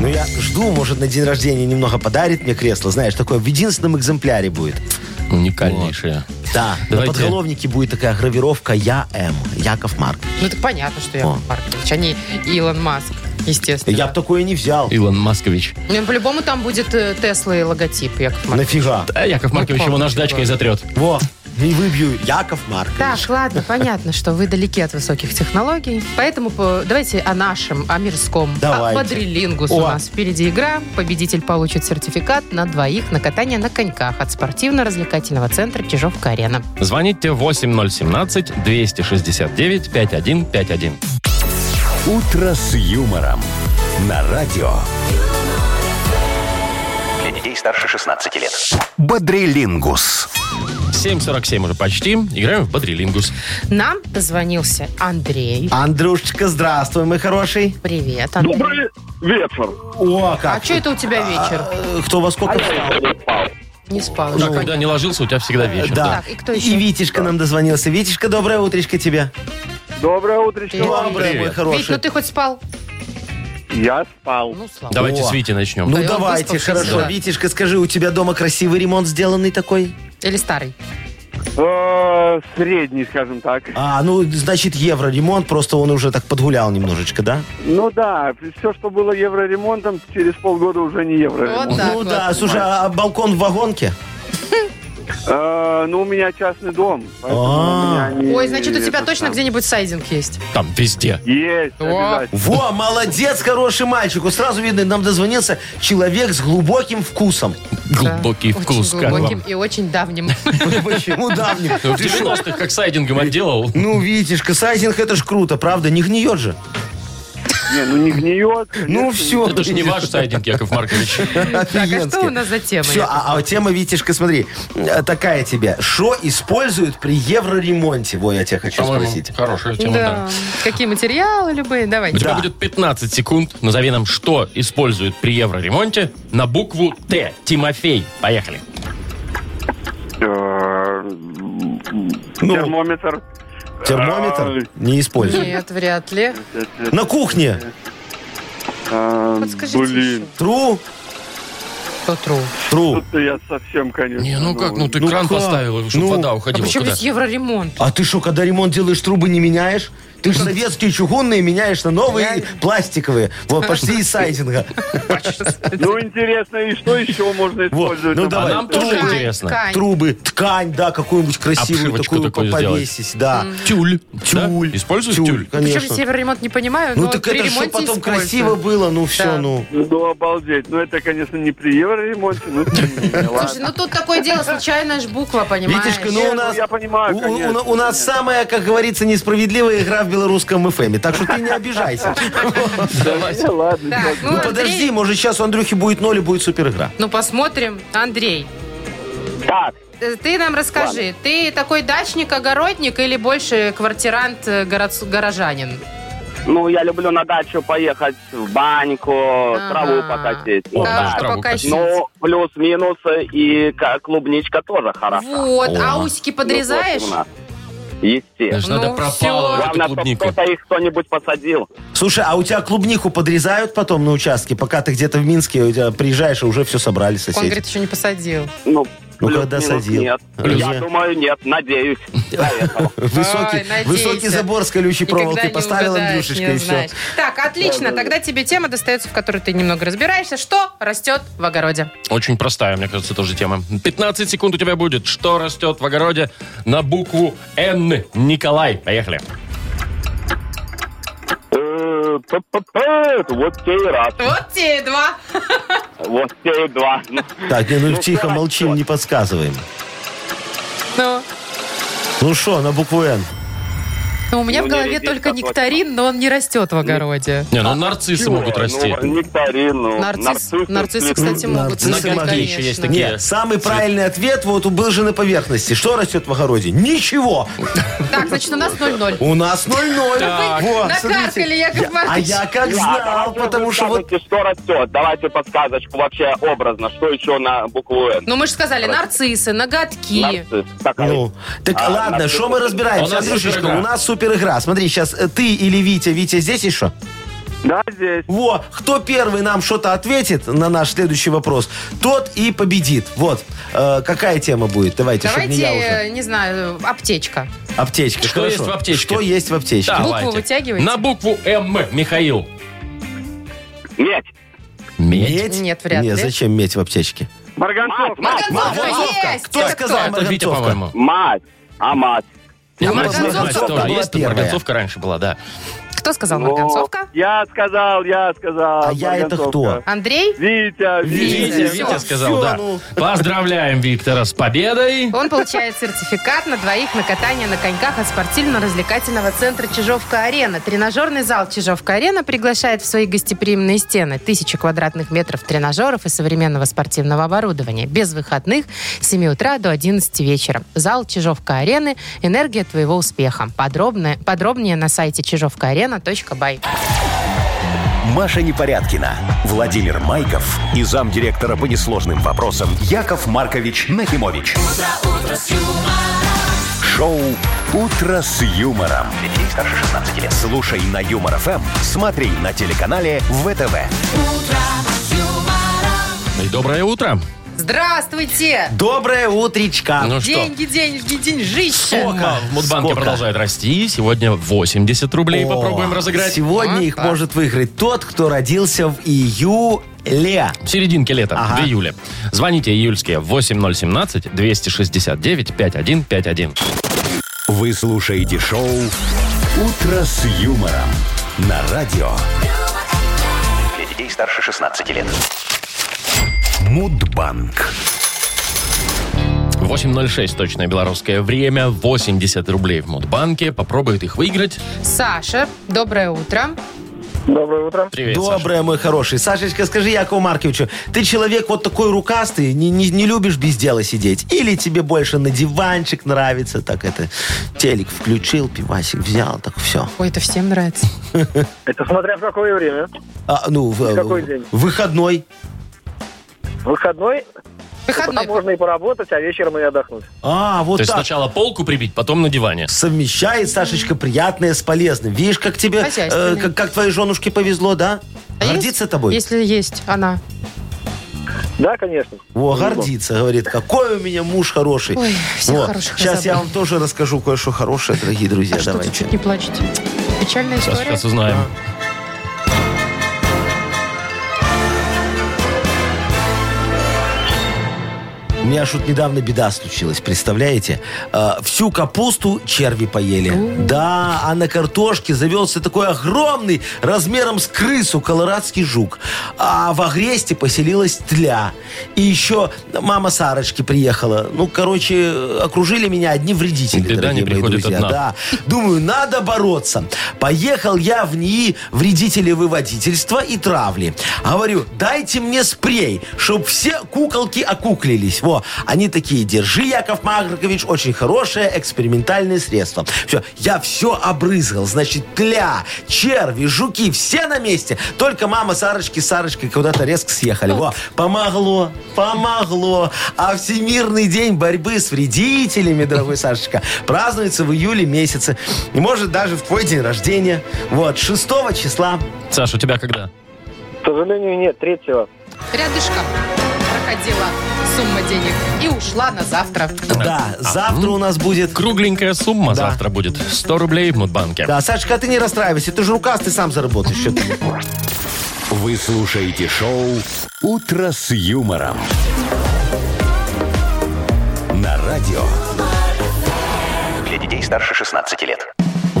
Speaker 3: Ну, я жду, может, на день рождения немного подарит мне кресло. Знаешь, такое в единственном экземпляре будет.
Speaker 1: Уникальнейшее.
Speaker 3: Да,
Speaker 1: Давайте.
Speaker 3: на подголовнике будет такая гравировка «Я М». Яков Марк.
Speaker 2: Ну, это понятно, что я
Speaker 3: О.
Speaker 2: Маркович, а не Илон Маск. естественно.
Speaker 3: Я бы такое не взял.
Speaker 1: Илон Маскович.
Speaker 2: Ну, По-любому там будет э, Тесла и логотип, Яков Маркович.
Speaker 3: Нафига?
Speaker 1: А Яков Маркович его
Speaker 2: как
Speaker 1: наждачкой
Speaker 2: же.
Speaker 1: затрет.
Speaker 3: Во, и выбью. Яков Маркович.
Speaker 2: Так, ладно, понятно, что вы далеки от высоких технологий. Поэтому по- давайте о нашем, о мирском.
Speaker 3: Давайте.
Speaker 2: А, Бодрилингус у
Speaker 3: О.
Speaker 2: нас впереди игра. Победитель получит сертификат на двоих на катание на коньках от спортивно-развлекательного центра Чижовка-Арена.
Speaker 1: Звоните 8017-269-5151.
Speaker 4: «Утро с юмором» на радио. Для детей старше 16 лет. Бодрилингус.
Speaker 1: 7.47 уже почти. Играем в Бодрилингус.
Speaker 2: Нам дозвонился Андрей.
Speaker 3: Андрюшечка, здравствуй, мой хороший.
Speaker 2: Привет, Андрей.
Speaker 6: Добрый вечер.
Speaker 3: О,
Speaker 2: А
Speaker 3: как.
Speaker 2: что это у тебя вечер?
Speaker 3: Э, Кто во сколько встал?
Speaker 2: Не спал. Ну.
Speaker 1: Так,
Speaker 2: еще.
Speaker 1: когда не ложился, у тебя всегда вечер.
Speaker 3: Да.
Speaker 2: Так, и кто еще?
Speaker 3: Витишка нам дозвонился. Витишка, доброе утречко тебе.
Speaker 6: Доброе утречко.
Speaker 2: Привет.
Speaker 3: Доброе, мой
Speaker 1: Привет.
Speaker 2: Вить, ну
Speaker 3: хороший.
Speaker 2: ты хоть спал?
Speaker 6: Я спал.
Speaker 2: Ну, слава.
Speaker 1: Давайте
Speaker 3: О.
Speaker 1: с Вити начнем.
Speaker 3: Ну
Speaker 2: Да, и он
Speaker 3: давайте,
Speaker 2: выспавшийся,
Speaker 3: хорошо.
Speaker 2: да.
Speaker 3: Витишка, скажи, у тебя дома красивый ремонт сделанный такой?
Speaker 2: Или старый?
Speaker 6: Э, Средний, скажем так.
Speaker 3: А, ну, значит, евроремонт, просто он уже так подгулял немножечко, да?
Speaker 6: Ну да, все, что было евроремонтом, через полгода уже не евроремонт.
Speaker 2: Вот так
Speaker 3: ну
Speaker 2: вот.
Speaker 3: да, слушай, а балкон в вагонке?
Speaker 6: Э, ну, у меня частный дом. поэтому у
Speaker 3: А.
Speaker 6: меня не-
Speaker 2: Ой, значит, у тебя
Speaker 6: это
Speaker 2: точно
Speaker 6: сам.
Speaker 2: где-нибудь сайдинг есть.
Speaker 1: Там везде.
Speaker 6: Есть,
Speaker 2: О.
Speaker 6: обязательно.
Speaker 3: Во, молодец, хороший мальчик. Вот Сразу видно, нам дозвонился человек с глубоким вкусом.
Speaker 1: Глубокий
Speaker 2: Да,
Speaker 1: вкус.
Speaker 2: Очень
Speaker 1: как вам?
Speaker 2: глубоким и очень давним.
Speaker 3: Почему давний?
Speaker 1: Ну, В 90-х как сайдингом отделал.
Speaker 3: Ну, видишь, сайдинг это ж круто, правда, не гниет же.
Speaker 6: Не, ну не гниет.
Speaker 3: Ну, все.
Speaker 1: Это же не ваш сайдинг, Яков Маркович.
Speaker 2: Так, а что у нас за тема?
Speaker 3: Все,
Speaker 2: Яков?
Speaker 3: а, а тема, Витишка, смотри, э, такая тебе. Что используют при евроремонте? Во, я тебя хочу
Speaker 1: По-моему,
Speaker 3: спросить.
Speaker 1: Хорошая тема, да.
Speaker 2: Да. Какие материалы любые,
Speaker 1: У
Speaker 2: давайте.
Speaker 1: тебя
Speaker 3: Да.
Speaker 1: будет 15 секунд. Назови нам, что используют при евроремонте на букву Т. Тимофей. Поехали.
Speaker 3: Ну.
Speaker 6: Э, Термометр.
Speaker 3: Термометр не используют.
Speaker 2: Нет, вряд ли.
Speaker 3: На кухне.
Speaker 6: Э,
Speaker 2: Подскажите А
Speaker 6: Блин,
Speaker 2: еще.
Speaker 3: Тру,
Speaker 2: Кто тру?
Speaker 3: тру.
Speaker 6: тут-то я совсем, конечно.
Speaker 1: Не, ну как, ну ты
Speaker 3: ну
Speaker 1: кран
Speaker 3: как?
Speaker 1: поставил, чтобы
Speaker 3: Ну,
Speaker 1: вода
Speaker 2: А
Speaker 1: уходила.
Speaker 2: почему
Speaker 1: Куда?
Speaker 2: здесь евроремонт?
Speaker 3: А ты что, когда ремонт делаешь, трубы не меняешь? Ты же советские чугунные меняешь на новые пластиковые. Вот, пошли из сайдинга.
Speaker 6: Ну, интересно, и что еще можно использовать? А
Speaker 3: ну
Speaker 6: на
Speaker 3: давай.
Speaker 6: балконе?
Speaker 1: Нам тоже
Speaker 2: Ткань,
Speaker 1: интересно.
Speaker 2: ткань.
Speaker 3: Трубы, ткань, да, какую-нибудь красивую
Speaker 1: Обшивочку
Speaker 3: такую
Speaker 1: такую сделать.
Speaker 3: повесить. Да.
Speaker 1: Тюль. да?
Speaker 3: Тюль.
Speaker 1: Используют
Speaker 3: Тюль,
Speaker 1: тюль?
Speaker 2: Причем А здесь
Speaker 3: Конечно.
Speaker 2: евроремонт не понимаю,
Speaker 3: Ну
Speaker 2: но
Speaker 3: так
Speaker 2: при
Speaker 3: это что
Speaker 2: ремонте
Speaker 3: потом
Speaker 2: использую.
Speaker 3: красиво было, ну все,
Speaker 2: Да.
Speaker 3: ну.
Speaker 6: Ну, обалдеть. Ну, это, конечно, не при евроремонте, но тем не менее, ладно.
Speaker 2: Слушай, ну тут такое дело, случайная ж буква, понимаешь?
Speaker 3: Витюшка, ну у нас,
Speaker 6: я понимаю,
Speaker 7: А,
Speaker 3: у- у-
Speaker 6: конечно,
Speaker 3: у нас самая, как говорится, несправедливая игра в белорусском ФМе, так что ты не обижайся.
Speaker 6: Не, ладно.
Speaker 2: Так, ну,
Speaker 3: Ну
Speaker 2: Андрей-
Speaker 3: подожди, может сейчас у Андрюхи будет ноль и будет супер игра.
Speaker 2: Ну посмотрим. Андрей,
Speaker 6: Так,
Speaker 2: э, ты нам расскажи, ты такой дачник-огородник или больше э, квартирант-горожанин?
Speaker 7: Ну, я люблю на дачу поехать в баньку, траву покосить. Ну,
Speaker 1: да.
Speaker 7: да.
Speaker 1: траву
Speaker 7: Ну, плюс-минус, и ка- клубничка тоже хороша.
Speaker 2: Вот, а усики подрезаешь?
Speaker 7: Ну, вот у нас. Естественно.
Speaker 1: Даже надо
Speaker 2: Ну,
Speaker 1: пропало
Speaker 2: всё.
Speaker 1: эту
Speaker 7: Главное, чтобы
Speaker 1: клубнику.
Speaker 7: кто-то их кто-нибудь посадил.
Speaker 3: Слушай, а у тебя клубнику подрезают потом на участке, пока ты где-то в Минске у тебя приезжаешь, и уже все собрали
Speaker 2: Он
Speaker 3: соседи?
Speaker 2: говорит, еще не посадил.
Speaker 7: Ну,
Speaker 3: Ну,
Speaker 7: плюс-минус
Speaker 3: когда садил?
Speaker 7: Нет.
Speaker 3: Плюс-
Speaker 7: Я думаю, нет, надеюсь. Поехал.
Speaker 3: Высокий,
Speaker 2: Ай, надейся.
Speaker 3: высокий забор с колючей
Speaker 2: Никогда
Speaker 3: проволокой
Speaker 2: не
Speaker 3: поставил
Speaker 2: угадаешь,
Speaker 3: Андрюшечка
Speaker 2: не
Speaker 3: и все.
Speaker 2: узнаешь. Так, отлично. Тогда тебе тема достается, в которой ты немного разбираешься. Что растет в огороде?
Speaker 1: Очень простая, мне кажется, тоже тема. 15 секунд у тебя будет. Что растет в огороде на букву Н? Николай. Поехали.
Speaker 7: Э, п-п-п, Вот те и раз.
Speaker 2: Вот те и два.
Speaker 7: Вот те и два. Ну,
Speaker 3: Так, не, ну тихо,
Speaker 7: всё,
Speaker 3: молчим, не подсказываем.
Speaker 2: Ну,
Speaker 3: Ну что, на букву Н?
Speaker 2: ну, у меня
Speaker 7: Ну,
Speaker 2: в
Speaker 7: не
Speaker 2: голове
Speaker 7: редис,
Speaker 2: только
Speaker 7: а точно.
Speaker 2: нектарин, но он не растет в огороде.
Speaker 1: Не, ну нарциссы
Speaker 7: всё.
Speaker 1: могут расти.
Speaker 7: Ну, нектарин, ну,
Speaker 2: Нарцисс,
Speaker 7: нарциссы,
Speaker 2: нарциссы, кстати, могут
Speaker 3: нарциссы
Speaker 2: расти,
Speaker 3: могли
Speaker 1: еще есть
Speaker 2: конечно.
Speaker 1: такие.
Speaker 3: Нет, самый правильный ответ вот был же на поверхности. Что растет в огороде? Ничего.
Speaker 2: Так, значит, у нас 0-0.
Speaker 3: У нас 0-0. Во,
Speaker 2: Накаркали,
Speaker 3: смотрите.
Speaker 2: Яков
Speaker 3: А
Speaker 2: Маркович.
Speaker 3: я как знал, потому что вот...
Speaker 7: что растет. Давайте подсказочку вообще образно. Что еще на букву Н?
Speaker 2: Ну, мы же сказали, нарциссы, ноготки.
Speaker 7: Нарцисс. Такая.
Speaker 3: Ну, так
Speaker 7: А,
Speaker 3: ладно,
Speaker 7: на
Speaker 3: что мы разбираемся?
Speaker 1: У нас
Speaker 3: Андрюшечка,
Speaker 1: супер игра.
Speaker 3: у нас супер игра. Смотри, сейчас ты или Витя. Витя здесь еще?
Speaker 6: да, здесь.
Speaker 3: Во, кто первый нам что-то ответит на наш следующий вопрос, тот и победит. Вот, Э, какая тема будет? Давайте, чтобы не
Speaker 2: Давайте,
Speaker 3: я уже.
Speaker 2: э, не знаю, аптечка.
Speaker 3: Аптечка,
Speaker 1: Что
Speaker 3: хорошо.
Speaker 1: есть в аптечке?
Speaker 3: Что есть в аптечке?
Speaker 1: Давайте.
Speaker 2: вытягиваете?
Speaker 1: На букву М. Михаил.
Speaker 7: Медь.
Speaker 1: Медь.
Speaker 2: Нет, вряд
Speaker 3: Не,
Speaker 2: ли.
Speaker 3: зачем медь в аптечке?
Speaker 7: Мать,
Speaker 6: Марганцовка.
Speaker 7: мать, мать,
Speaker 2: Марганцовка есть!
Speaker 3: Кто
Speaker 2: Это
Speaker 3: сказал?
Speaker 2: кто?
Speaker 1: Это Витя,
Speaker 3: Марганцовка.
Speaker 1: по-моему.
Speaker 7: мать. А мать.
Speaker 1: Нет,
Speaker 2: Марганцовка
Speaker 1: Марганцовка
Speaker 3: была
Speaker 1: тоже есть.
Speaker 3: первая.
Speaker 1: Марганцовка раньше была, да.
Speaker 2: Кто сказал
Speaker 7: Ну,
Speaker 6: Вот.
Speaker 2: А Марганцовка?
Speaker 6: Я сказал, я сказал.
Speaker 3: А я это
Speaker 6: Марганцовка.
Speaker 3: кто?
Speaker 2: Андрей?
Speaker 6: Витя,
Speaker 2: Витя,
Speaker 6: Витя.
Speaker 1: Витя,
Speaker 2: всё,
Speaker 1: Витя сказал,
Speaker 3: всё,
Speaker 1: да.
Speaker 3: ну.
Speaker 1: Поздравляем Виктора с победой.
Speaker 2: Он получает сертификат на двоих на катание на коньках от спортивно-развлекательного центра «Чижовка-арена». Тренажерный зал «Чижовка-арена» приглашает в свои гостеприимные стены тысячи квадратных метров тренажеров и современного спортивного оборудования. Без выходных с 7 утра до 11 вечера. Зал «Чижовка-арены» – энергия твоего успеха. Подробное, подробнее на сайте чижовкаарена.бай.
Speaker 4: Маша Непорядкина, Владимир Майков и замдиректора по несложным вопросам Яков Маркович Нахимович. Шоу Утро с юмором. Детей старше 16 лет. Слушай на юмор ФМ, смотри на телеканале ВТВ.
Speaker 3: Ну
Speaker 1: И доброе утро.
Speaker 2: Здравствуйте!
Speaker 3: Доброе утречко.
Speaker 1: Ну что?
Speaker 2: Деньги, деньги, деньжище!
Speaker 1: Сколько? В Мудбанке
Speaker 3: Сколько?
Speaker 1: продолжает расти. Сегодня 80 рублей
Speaker 3: О,
Speaker 1: попробуем разыграть.
Speaker 3: Сегодня
Speaker 2: Вот
Speaker 3: их
Speaker 2: так.
Speaker 3: может выиграть тот, кто родился в июле.
Speaker 1: В серединке лета,
Speaker 3: Ага.
Speaker 1: в июле. Звоните июльские 8017-269-5151.
Speaker 4: Вы слушаете шоу Утро с юмором на радио. Для детей старше 16 лет. Мудбанк.
Speaker 1: 8.06 точное белорусское время. 80 рублей в Мудбанке. Попробует их выиграть.
Speaker 2: Саша, доброе утро.
Speaker 6: Доброе утро.
Speaker 1: Привет, Саша.
Speaker 3: Доброе, мой хороший. Сашечка, скажи Якову Марковичу, ты человек вот такой рукастый, не, не- не любишь без дела сидеть? Или тебе больше на диванчик нравится, так это, телек включил, пивасик взял, так все.
Speaker 2: Ой, это всем нравится.
Speaker 6: Это смотря в какое время.
Speaker 3: А, ну, в,
Speaker 6: Какой день?
Speaker 3: Выходной.
Speaker 6: Выходной,
Speaker 2: Выходной.
Speaker 6: можно и поработать, а вечером и отдохнуть.
Speaker 3: А, вот
Speaker 1: То есть
Speaker 3: так.
Speaker 1: сначала полку прибить, потом на диване.
Speaker 3: Совмещает, Сашечка, приятное с полезным. Видишь, как тебе,
Speaker 2: Хозяйственный.
Speaker 3: э, как, как твоей женушке повезло, да?
Speaker 2: А
Speaker 3: гордится
Speaker 2: есть?
Speaker 3: тобой?
Speaker 2: Если есть она.
Speaker 6: Да, конечно.
Speaker 3: О, гордится, говорит, какой у меня муж хороший.
Speaker 2: Ой, всех
Speaker 3: Во,
Speaker 2: хороших я
Speaker 3: Сейчас я
Speaker 2: забыла.
Speaker 3: вам тоже расскажу кое-что хорошее, дорогие друзья.
Speaker 2: а что
Speaker 3: давайте.
Speaker 2: ты чуть не плачете? Печальная
Speaker 1: Сейчас,
Speaker 2: история.
Speaker 1: сейчас узнаем.
Speaker 3: У меня ж тут недавно беда случилась, представляете? Э, Всю капусту черви поели. Да, а на картошке завелся такой огромный, размером с крысу, колорадский жук. А в Агресте поселилась тля. И еще мама Сарочки приехала. Ну, короче, окружили меня одни вредители,
Speaker 1: Беда
Speaker 3: дорогие
Speaker 1: не
Speaker 3: мои
Speaker 1: приходит
Speaker 3: друзья.
Speaker 1: одна.
Speaker 3: Да, Думаю, надо бороться. Поехал я в НИИ вредителевыводительства и травли. Говорю, дайте мне спрей, чтобы все куколки окуклились. Во, они такие, держи, Яков Маркович, очень хорошее экспериментальное средство. Все, я все обрызгал. Значит, тля, черви, жуки, все на месте. Только мама Сарочки с Сарочкой куда-то резко съехали. Во, помогло, помогло. А Всемирный день борьбы с вредителями, дорогой Сашечка, празднуется в июле месяце. И может даже в твой день рождения. Вот, 6 числа.
Speaker 1: Саша, у тебя когда?
Speaker 6: К сожалению, нет, третьего.
Speaker 2: Рядышком проходила сумма денег и ушла на завтра.
Speaker 3: Да, завтра у нас будет...
Speaker 1: Кругленькая сумма
Speaker 3: Да.
Speaker 1: завтра будет. 100 рублей в Мудбанке.
Speaker 3: Да, Сашечка, а ты не расстраивайся, ты же рукастый сам заработаешь. Что ты?
Speaker 4: Вы слушаете шоу «Утро с юмором». На радио. Для детей старше 16 лет.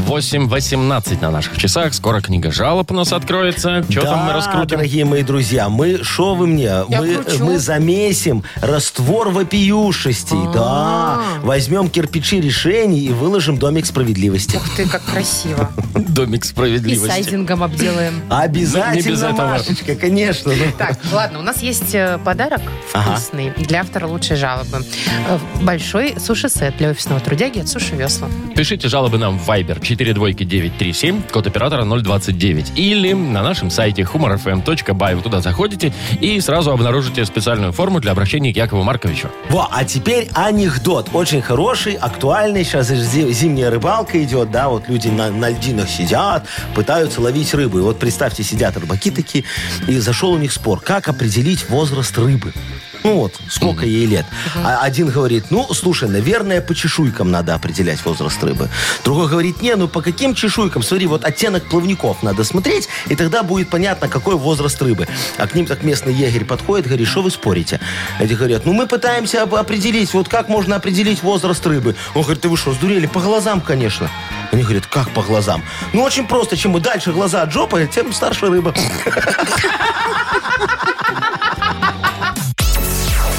Speaker 1: 8.18 на наших часах. Скоро книга жалоб у нас откроется. Что
Speaker 3: да,
Speaker 1: там мы раскрутим?
Speaker 3: дорогие мои друзья, мы, что вы мне, мы,
Speaker 2: кручу.
Speaker 3: мы замесим раствор вопиюшести,
Speaker 1: А.
Speaker 3: да. Возьмем кирпичи решений и выложим домик справедливости.
Speaker 1: Ну,
Speaker 2: Ух ты, как красиво.
Speaker 1: Домик
Speaker 2: И
Speaker 1: справедливости.
Speaker 2: сайдингом обделаем.
Speaker 3: Обязательно,
Speaker 1: Не без этого.
Speaker 3: Машечка, конечно. ну.
Speaker 2: Так, ладно, у нас есть э, подарок
Speaker 3: Ага.
Speaker 2: вкусный для автора лучшей жалобы. Э, Большой суши-сет для офисного трудяги от Суши Весла.
Speaker 1: Пишите жалобы нам в Viber 42937, код оператора 029. Или на нашем сайте humorfm.by. Вы туда заходите и сразу обнаружите специальную форму для обращения к Якову Марковичу.
Speaker 3: Во, а теперь анекдот. Очень хороший, актуальный. Сейчас же зи- зимняя рыбалка идет, да, вот люди на, на льдинах сидят, пытаются ловить рыбу. И вот представьте, сидят рыбаки такие, и зашел у них спор, как определить возраст рыбы. Ну вот, сколько ей лет. А один говорит, ну, слушай, наверное, по чешуйкам надо определять возраст рыбы. Другой говорит, не, ну по каким чешуйкам? Смотри, вот оттенок плавников надо смотреть, и тогда будет понятно, какой возраст рыбы. А к ним так местный егерь подходит, говорит, что вы спорите? Эти говорят, ну мы пытаемся об- определить, вот как можно определить возраст рыбы. Он говорит, ты вы что, сдурели? По глазам, конечно. Они говорят, как по глазам? Ну, очень просто. Чем дальше глаза от жопы, тем старше рыба.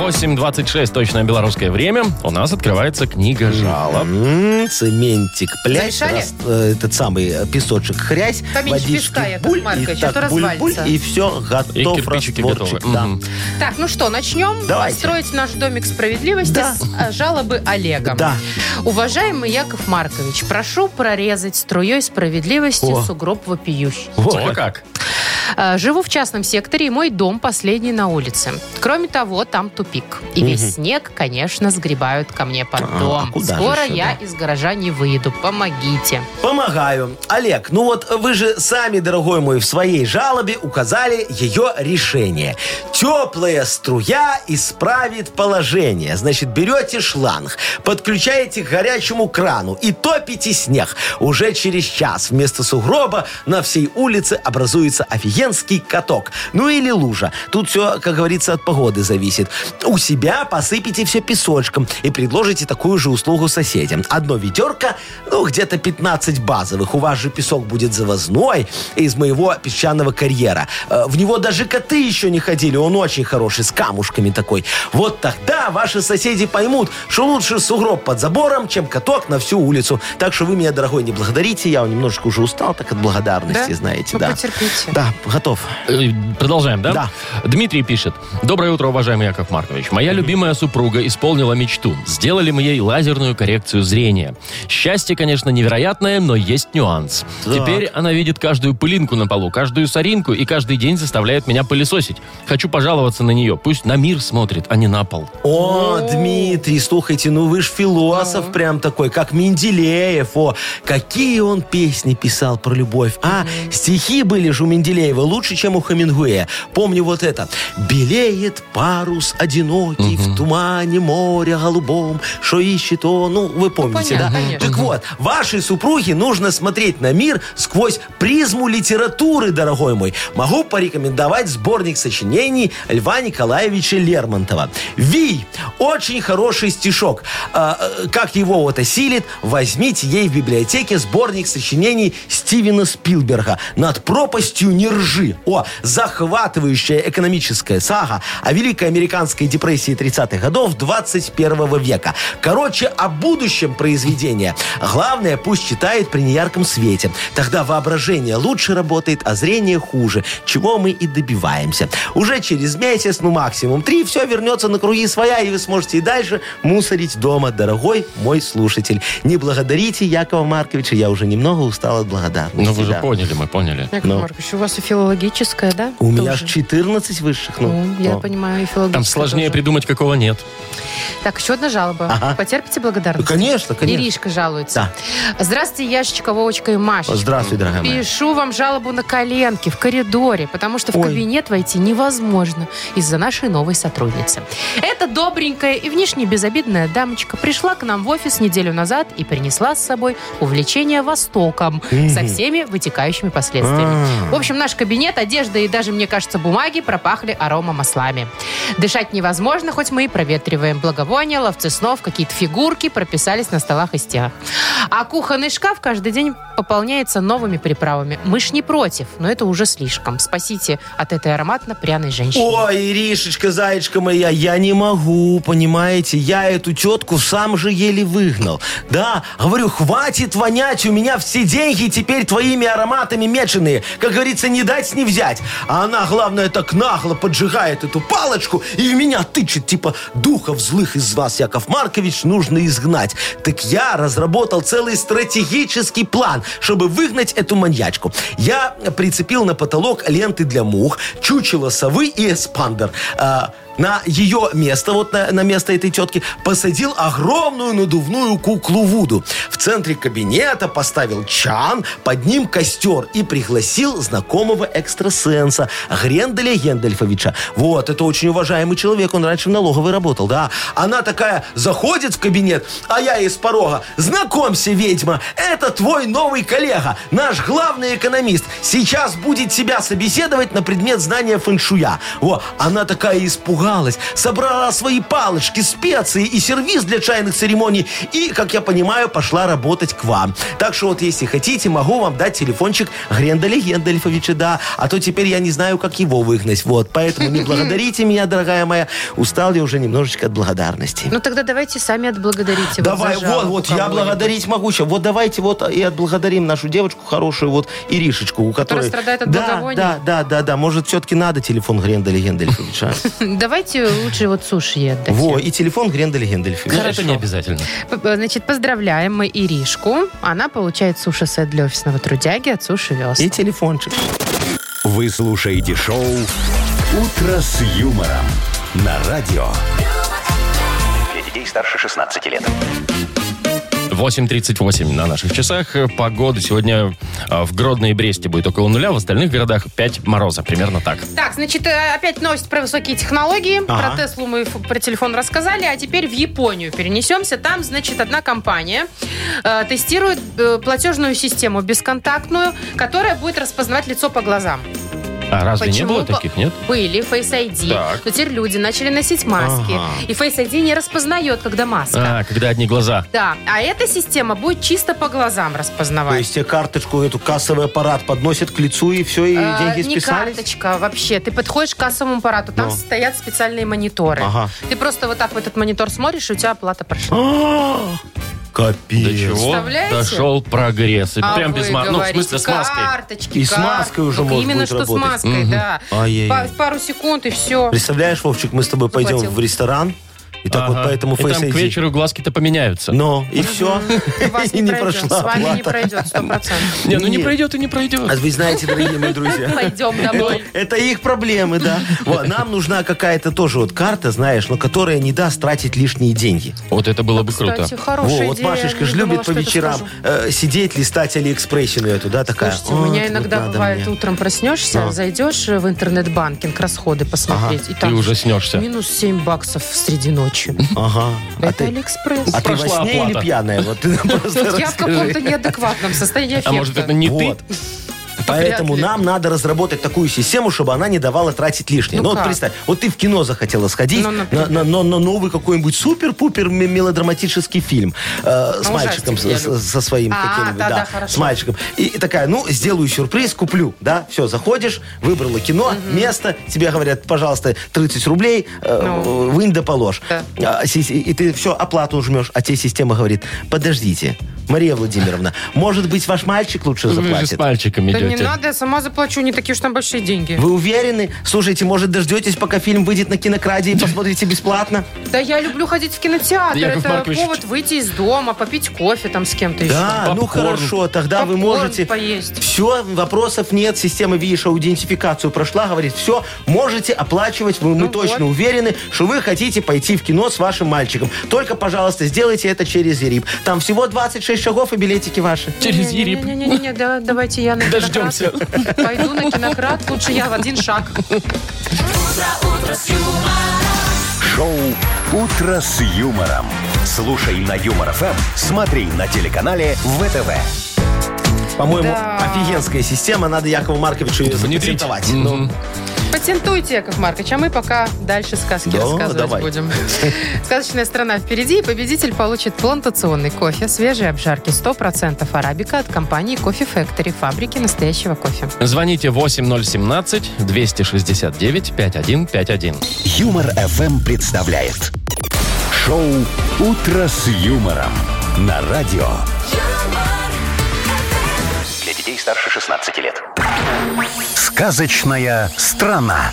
Speaker 1: 8.26 точное белорусское время. У нас открывается книга жалоб.
Speaker 3: М, цементик, плять,
Speaker 2: М-м-м. Замешали?
Speaker 3: рас- э, этот самый э, песочек, хрясь,
Speaker 2: Там меньше песка,
Speaker 3: водички,
Speaker 2: Яков
Speaker 3: буль,
Speaker 2: Маркович,
Speaker 3: и
Speaker 2: а то
Speaker 3: так буль, буль,
Speaker 2: развалится.
Speaker 3: и все, готов
Speaker 1: И кирпичики
Speaker 3: растворчик.
Speaker 1: готовы.
Speaker 3: Да.
Speaker 1: Мгм.
Speaker 2: Так, ну что, начнем
Speaker 3: Давайте.
Speaker 2: строить наш домик справедливости
Speaker 3: Да.
Speaker 2: с э, жалобы Олега.
Speaker 3: Да.
Speaker 2: Уважаемый Яков Маркович, прошу прорезать струей справедливости
Speaker 3: О.
Speaker 2: сугроб вопиющий.
Speaker 1: О, как?
Speaker 2: Э, Живу в частном секторе, и мой дом последний на улице. Кроме того, там тупик. И весь снег, конечно, сгребают ко мне под
Speaker 3: А,
Speaker 2: дом.
Speaker 3: куда же
Speaker 2: Скоро
Speaker 3: еще,
Speaker 2: я
Speaker 3: да.
Speaker 2: из гаража не выйду. Помогите.
Speaker 3: Помогаю. Олег, ну вот вы же сами, дорогой мой, в своей жалобе указали ее решение. Теплая струя исправит положение. Значит, берете шланг, подключаете к горячему крану и топите снег. Уже через час вместо сугроба на всей улице образуется офигенский каток. Ну или лужа. Тут все, как говорится, от погоды зависит. У себя посыпите все песочком и предложите такую же услугу соседям. Одно ведерко, ну, где-то 15 базовых. У вас же песок будет завозной из моего песчаного карьера. Э, В него даже коты еще не ходили. Он очень хороший, с камушками такой. Вот тогда ваши соседи поймут, что лучше сугроб под забором, чем каток на всю улицу. Так что вы меня, дорогой, не благодарите. Я немножко уже устал так от благодарности,
Speaker 2: Да?
Speaker 3: знаете.
Speaker 2: Ну,
Speaker 3: да.
Speaker 2: потерпите.
Speaker 3: Да, готов.
Speaker 1: Э, Продолжаем, да?
Speaker 3: Да.
Speaker 1: Дмитрий пишет. Доброе утро, уважаемый Яков Маркович. Моя любимая супруга исполнила мечту. Сделали мы ей лазерную коррекцию зрения. Счастье, конечно, невероятное, но есть нюанс.
Speaker 3: Так.
Speaker 1: Теперь она видит каждую пылинку на полу, каждую соринку и каждый день заставляет меня пылесосить. Хочу пожаловаться на нее. Пусть на мир смотрит, а не на пол.
Speaker 3: О, Дмитрий, слушайте, ну вы ж философ прям такой, как Менделеев. О, какие он песни писал про любовь. А, стихи были же у Менделеева лучше, чем у Хемингуэя. Помню вот это. «Белеет парус одинокий в тумане моря голубом, что ищет он». Ну, вы помните,
Speaker 2: понятно,
Speaker 3: да?
Speaker 2: конечно.
Speaker 3: Так вот, вашей супруге нужно смотреть на мир сквозь призму литературы, дорогой мой. Могу порекомендовать сборник сочинений Льва Николаевича Лермонтова. «Ви» – очень хороший стишок. А, э, Как его вот осилит, возьмите ей в библиотеке сборник сочинений Стивена Спилберга «Над пропастью не ржи». О, захватывающая экономическая сага о великой американской депрессии 30-х годов 21 века. Короче, о будущем произведения. Главное, пусть читает при неярком свете. Тогда воображение лучше работает, а зрение хуже, чего мы и добиваемся. Уже через месяц, ну максимум три, все вернется на круги своя, и вы сможете и дальше мусорить дома, дорогой мой слушатель. Не благодарите Якова Марковича, я уже немного устал от благодарности.
Speaker 1: Ну вы же
Speaker 3: да.
Speaker 1: поняли, мы поняли.
Speaker 2: Яков
Speaker 3: Ну.
Speaker 2: Маркович, у вас и филологическая, да?
Speaker 3: У меня
Speaker 2: Тоже?
Speaker 3: аж 14 высших. Ну,
Speaker 2: Ну, я
Speaker 3: ну.
Speaker 2: понимаю, и филологическая
Speaker 1: Там сложнее
Speaker 2: тоже.
Speaker 1: придумать, какого нет.
Speaker 2: Так, еще одна жалоба.
Speaker 3: Ага.
Speaker 2: Потерпите благодарность.
Speaker 3: Ну, конечно, конечно.
Speaker 2: Иришка жалуется. Здравствуйте, Яшечка, Вовочка и Машечка.
Speaker 3: Здравствуй, дорогая моя.
Speaker 2: Пишу вам жалобу на коленке в коридоре, потому что в
Speaker 3: Ой.
Speaker 2: кабинет войти невозможно из-за нашей новой сотрудницы. Эта добренькая и внешне безобидная дамочка пришла к нам в офис неделю назад и принесла с собой увлечение Востоком со всеми вытекающими
Speaker 3: А.
Speaker 2: последствиями. В общем, наш кабинет, одежда и даже, мне кажется, бумаги пропахли аромамаслами. Дышать невозможно, хоть мы и проветриваем. Благовония, ловцы снов, какие-то фигурки прописались на столах и стенах. А кухонный шкаф каждый день пополняется новыми приправами. Мы ж не против, но это уже слишком. Спасите от этой ароматно-пряной женщины.
Speaker 3: Ой, Иришечка, зайчка моя, я не могу, понимаете? Я эту тетку сам же еле выгнал. Да, говорю, хватит вонять, у меня все деньги теперь твоими ароматами меченые. Как говорится, не дать, не взять. А она, главное, так нагло поджигает эту палочку и в меня тычет, типа, духов злых из вас, Яков Маркович, нужно изгнать. Так я разработал целый стратегический план, чтобы выгнать эту маньячку. Я прицепил на потолок ленты для мух, чучело совы и эспандер. А, на ее место, вот на, на место этой тетки, посадил огромную надувную куклу Вуду. В центре кабинета поставил чан, под ним костер и пригласил знакомого экстрасенса Гренделя Гендельфовича. Вот, это очень уважаемый человек, он раньше в налоговой работал, да. Она такая заходит в кабинет, а я из порога. Знакомься, ведьма, это твой новый коллега, наш главный экономист. Сейчас будет тебя собеседовать на предмет знания фэншуя. Во, она такая испугалась, собрала свои палочки, специи и сервиз для чайных церемоний и, как я понимаю, пошла работать к вам. Так что вот, если хотите, могу вам дать телефончик Гренделя Гендельфовича, да. А то теперь я не знаю, как его выгнать. Вот, поэтому не благодарите меня, дорогая моя. Устал я уже немножечко от благодарности.
Speaker 2: Ну тогда давайте сами отблагодарите.
Speaker 3: Давай,
Speaker 2: за жалобу
Speaker 3: вот, вот, я
Speaker 2: кого-нибудь.
Speaker 3: благодарить могу щас. Вот давайте вот и отблагодарим нашу девочку хорошую, вот Иришечку, у
Speaker 2: Которая
Speaker 3: которой...
Speaker 2: страдает от
Speaker 3: да,
Speaker 2: благовоний?
Speaker 3: Да, да, да, да, может, все-таки надо телефон Гренделя Гендельфовича.
Speaker 2: Давайте лучше вот суши ей отдадим.
Speaker 3: Во, и телефон Гренделя
Speaker 1: Ну,
Speaker 3: Гендельфовича.
Speaker 1: Это не обязательно.
Speaker 2: П- п- Значит, поздравляем мы Иришку. Она получает суши-сет для офисного трудяги от Суши Весла.
Speaker 3: И телефончик.
Speaker 4: Вы слушаете шоу «Утро с юмором» на радио.
Speaker 8: Для детей старше 16 лет.
Speaker 1: 8.38 на наших часах. Погода сегодня э, в Гродно и Бресте будет около нуля, в остальных городах 5 мороза. Примерно так.
Speaker 2: Так, значит, э, опять новость про высокие технологии.
Speaker 3: Ага.
Speaker 2: Про Теслу мы ф- про телефон рассказали, а теперь в Японию перенесемся. Там, значит, одна компания э, тестирует э, платежную систему бесконтактную, которая будет распознавать лицо по глазам.
Speaker 1: А разве не
Speaker 2: Почему
Speaker 1: было
Speaker 2: бы-
Speaker 1: таких, нет?
Speaker 2: Были Face ID,
Speaker 1: Так.
Speaker 2: но теперь люди начали носить маски.
Speaker 3: Ага.
Speaker 2: И Face ID не распознает, когда маска.
Speaker 1: А, когда одни глаза.
Speaker 2: Да, а эта система будет чисто по глазам
Speaker 3: То
Speaker 2: распознавать.
Speaker 3: есть тебе карточку, эту кассовый аппарат подносит к лицу, и все, и
Speaker 2: Э,
Speaker 3: деньги
Speaker 2: не
Speaker 3: списались?
Speaker 2: карточка вообще. Ты подходишь к кассовому аппарату, там
Speaker 3: Ну.
Speaker 2: стоят специальные мониторы.
Speaker 3: Ага.
Speaker 2: Ты просто вот так в этот монитор смотришь, и у тебя оплата прошла.
Speaker 1: До
Speaker 3: А! Капец.
Speaker 1: чего
Speaker 2: Представляете?
Speaker 1: дошел прогресс. И
Speaker 2: А
Speaker 1: прям
Speaker 2: вы
Speaker 1: без маски. Ну, в смысле, с маской.
Speaker 2: Карточки,
Speaker 3: И с
Speaker 2: кар-
Speaker 3: маской уже
Speaker 2: Вот
Speaker 3: может
Speaker 2: Именно
Speaker 3: будет
Speaker 2: что с
Speaker 3: работать.
Speaker 2: маской,
Speaker 1: Мгм.
Speaker 2: да.
Speaker 3: Ай-яй-яй.
Speaker 2: Па- пару секунд и все.
Speaker 3: Представляешь, Вовчик, мы с тобой пойдем
Speaker 2: Заплатил.
Speaker 3: в ресторан, и так вот
Speaker 1: Ага.
Speaker 3: поэтому Ну,
Speaker 1: И там
Speaker 3: Face
Speaker 1: к
Speaker 3: ID.
Speaker 1: вечеру глазки-то поменяются.
Speaker 3: Но, и все.
Speaker 2: Вас
Speaker 3: И
Speaker 2: не,
Speaker 3: не
Speaker 2: пройдет.
Speaker 3: прошла
Speaker 2: С вами не
Speaker 3: оплата.
Speaker 2: пройдет, сто процентов.
Speaker 1: Не, ну не
Speaker 3: Нет.
Speaker 1: пройдет и не
Speaker 3: А
Speaker 1: пройдет.
Speaker 3: вы знаете, дорогие мои друзья,
Speaker 2: Пойдем домой.
Speaker 3: это их проблемы, да. Вот, нам нужна какая-то тоже вот карта, знаешь, но которая не даст тратить лишние деньги.
Speaker 1: Вот это было бы круто.
Speaker 2: Кстати, хорошая
Speaker 3: Ну, Во, вот
Speaker 2: идея. Я
Speaker 3: Машечка
Speaker 2: не
Speaker 3: же
Speaker 2: думала,
Speaker 3: любит по
Speaker 2: что это
Speaker 3: вечерам
Speaker 2: скажу.
Speaker 3: э, сидеть, листать Алиэкспрессину эту, да, такая.
Speaker 2: Слушайте, у меня
Speaker 3: «Вот, вот
Speaker 2: иногда
Speaker 3: надо
Speaker 2: бывает,
Speaker 3: мне».
Speaker 2: утром проснешься,
Speaker 3: Ну.
Speaker 2: зайдешь в интернет-банкинг, расходы посмотреть, и там
Speaker 1: уже снешься.
Speaker 2: минус 7 баксов среди ночи.
Speaker 3: Ага. А
Speaker 2: Это
Speaker 3: ты
Speaker 2: Алиэкспресс.
Speaker 3: а ты во
Speaker 1: Прошла
Speaker 3: сне или
Speaker 1: оплата.
Speaker 3: пьяная? Вот ты нам просто
Speaker 2: Я в
Speaker 3: расскажи.
Speaker 2: каком-то неадекватном состоянии
Speaker 1: А
Speaker 2: эффекта.
Speaker 1: может, это не ты?
Speaker 3: Вот. Поэтому
Speaker 2: Вряд ли.
Speaker 3: нам надо разработать такую систему, чтобы она не давала тратить лишнее.
Speaker 2: Ну
Speaker 3: Ну,
Speaker 2: как?
Speaker 3: вот представь, вот ты в кино захотела сходить
Speaker 2: Ну,
Speaker 3: на,
Speaker 2: например.
Speaker 3: на- на- на новый какой-нибудь супер-пупер м- мелодраматический фильм э, с мальчиком,
Speaker 2: ужастик я
Speaker 3: с-
Speaker 2: люблю.
Speaker 3: со своим
Speaker 2: А,
Speaker 3: каким-нибудь,
Speaker 2: да-да,
Speaker 3: да,
Speaker 2: хорошо.
Speaker 3: с мальчиком. И, и такая, ну, сделаю сюрприз, куплю, да, все, заходишь, выбрала кино, место, тебе говорят, пожалуйста, 30 рублей, э,
Speaker 2: Ну.
Speaker 3: вынь да положь.
Speaker 2: Да.
Speaker 3: А, си- си- и ты все, оплату жмешь, а тебе система говорит, подождите, Мария Владимировна, может быть, ваш мальчик лучше
Speaker 1: Вы же с
Speaker 3: заплатит?
Speaker 1: мальчиком
Speaker 2: Да не
Speaker 1: идете.
Speaker 2: надо, я сама заплачу, не такие уж там большие деньги.
Speaker 3: Вы уверены? Слушайте, может, дождетесь, пока фильм выйдет на кинокраде и посмотрите бесплатно?
Speaker 2: Да я люблю ходить в кинотеатр.
Speaker 1: Яков
Speaker 2: это
Speaker 1: Маркович,
Speaker 2: повод выйти из дома, попить кофе там с кем-то еще.
Speaker 3: Да, ну
Speaker 1: Попкорн.
Speaker 3: хорошо, тогда вы
Speaker 2: Попкорн
Speaker 3: можете...
Speaker 2: поесть.
Speaker 3: Все, вопросов нет. Система, видишь, аудентификацию прошла, говорит, все, можете оплачивать. Мы, мы
Speaker 2: Ну
Speaker 3: точно уверены, что вы хотите пойти в кино с вашим мальчиком. Только, пожалуйста, сделайте это через ЕРИП. Там всего 26 шагов и билетики ваши.
Speaker 1: Через Ерип.
Speaker 2: Не-не-не, да, давайте я на кинократ.
Speaker 1: Дождемся.
Speaker 2: Пойду на кинократ, лучше я в один шаг.
Speaker 4: Шоу «Утро с юмором». Слушай на Юмор ФМ, смотри на телеканале ВТВ.
Speaker 3: По-моему,
Speaker 2: Да.
Speaker 3: офигенская система. Надо Якову Марковичу Ну, ее
Speaker 1: Внедрить.
Speaker 3: запатентовать.
Speaker 1: Мгм. Ну,
Speaker 2: Патентуйте, Яков Маркович, а мы пока дальше сказки
Speaker 3: Да,
Speaker 2: рассказывать
Speaker 3: давай.
Speaker 2: будем. Сказочная страна впереди, и победитель получит плантационный кофе свежей обжарки 100% арабика от компании Кофе Factory, фабрики настоящего кофе.
Speaker 1: Звоните 8017-269-5151.
Speaker 4: Юмор ФМ представляет. Шоу «Утро с юмором» на радио.
Speaker 8: Для детей старше 16 лет.
Speaker 4: Сказочная страна.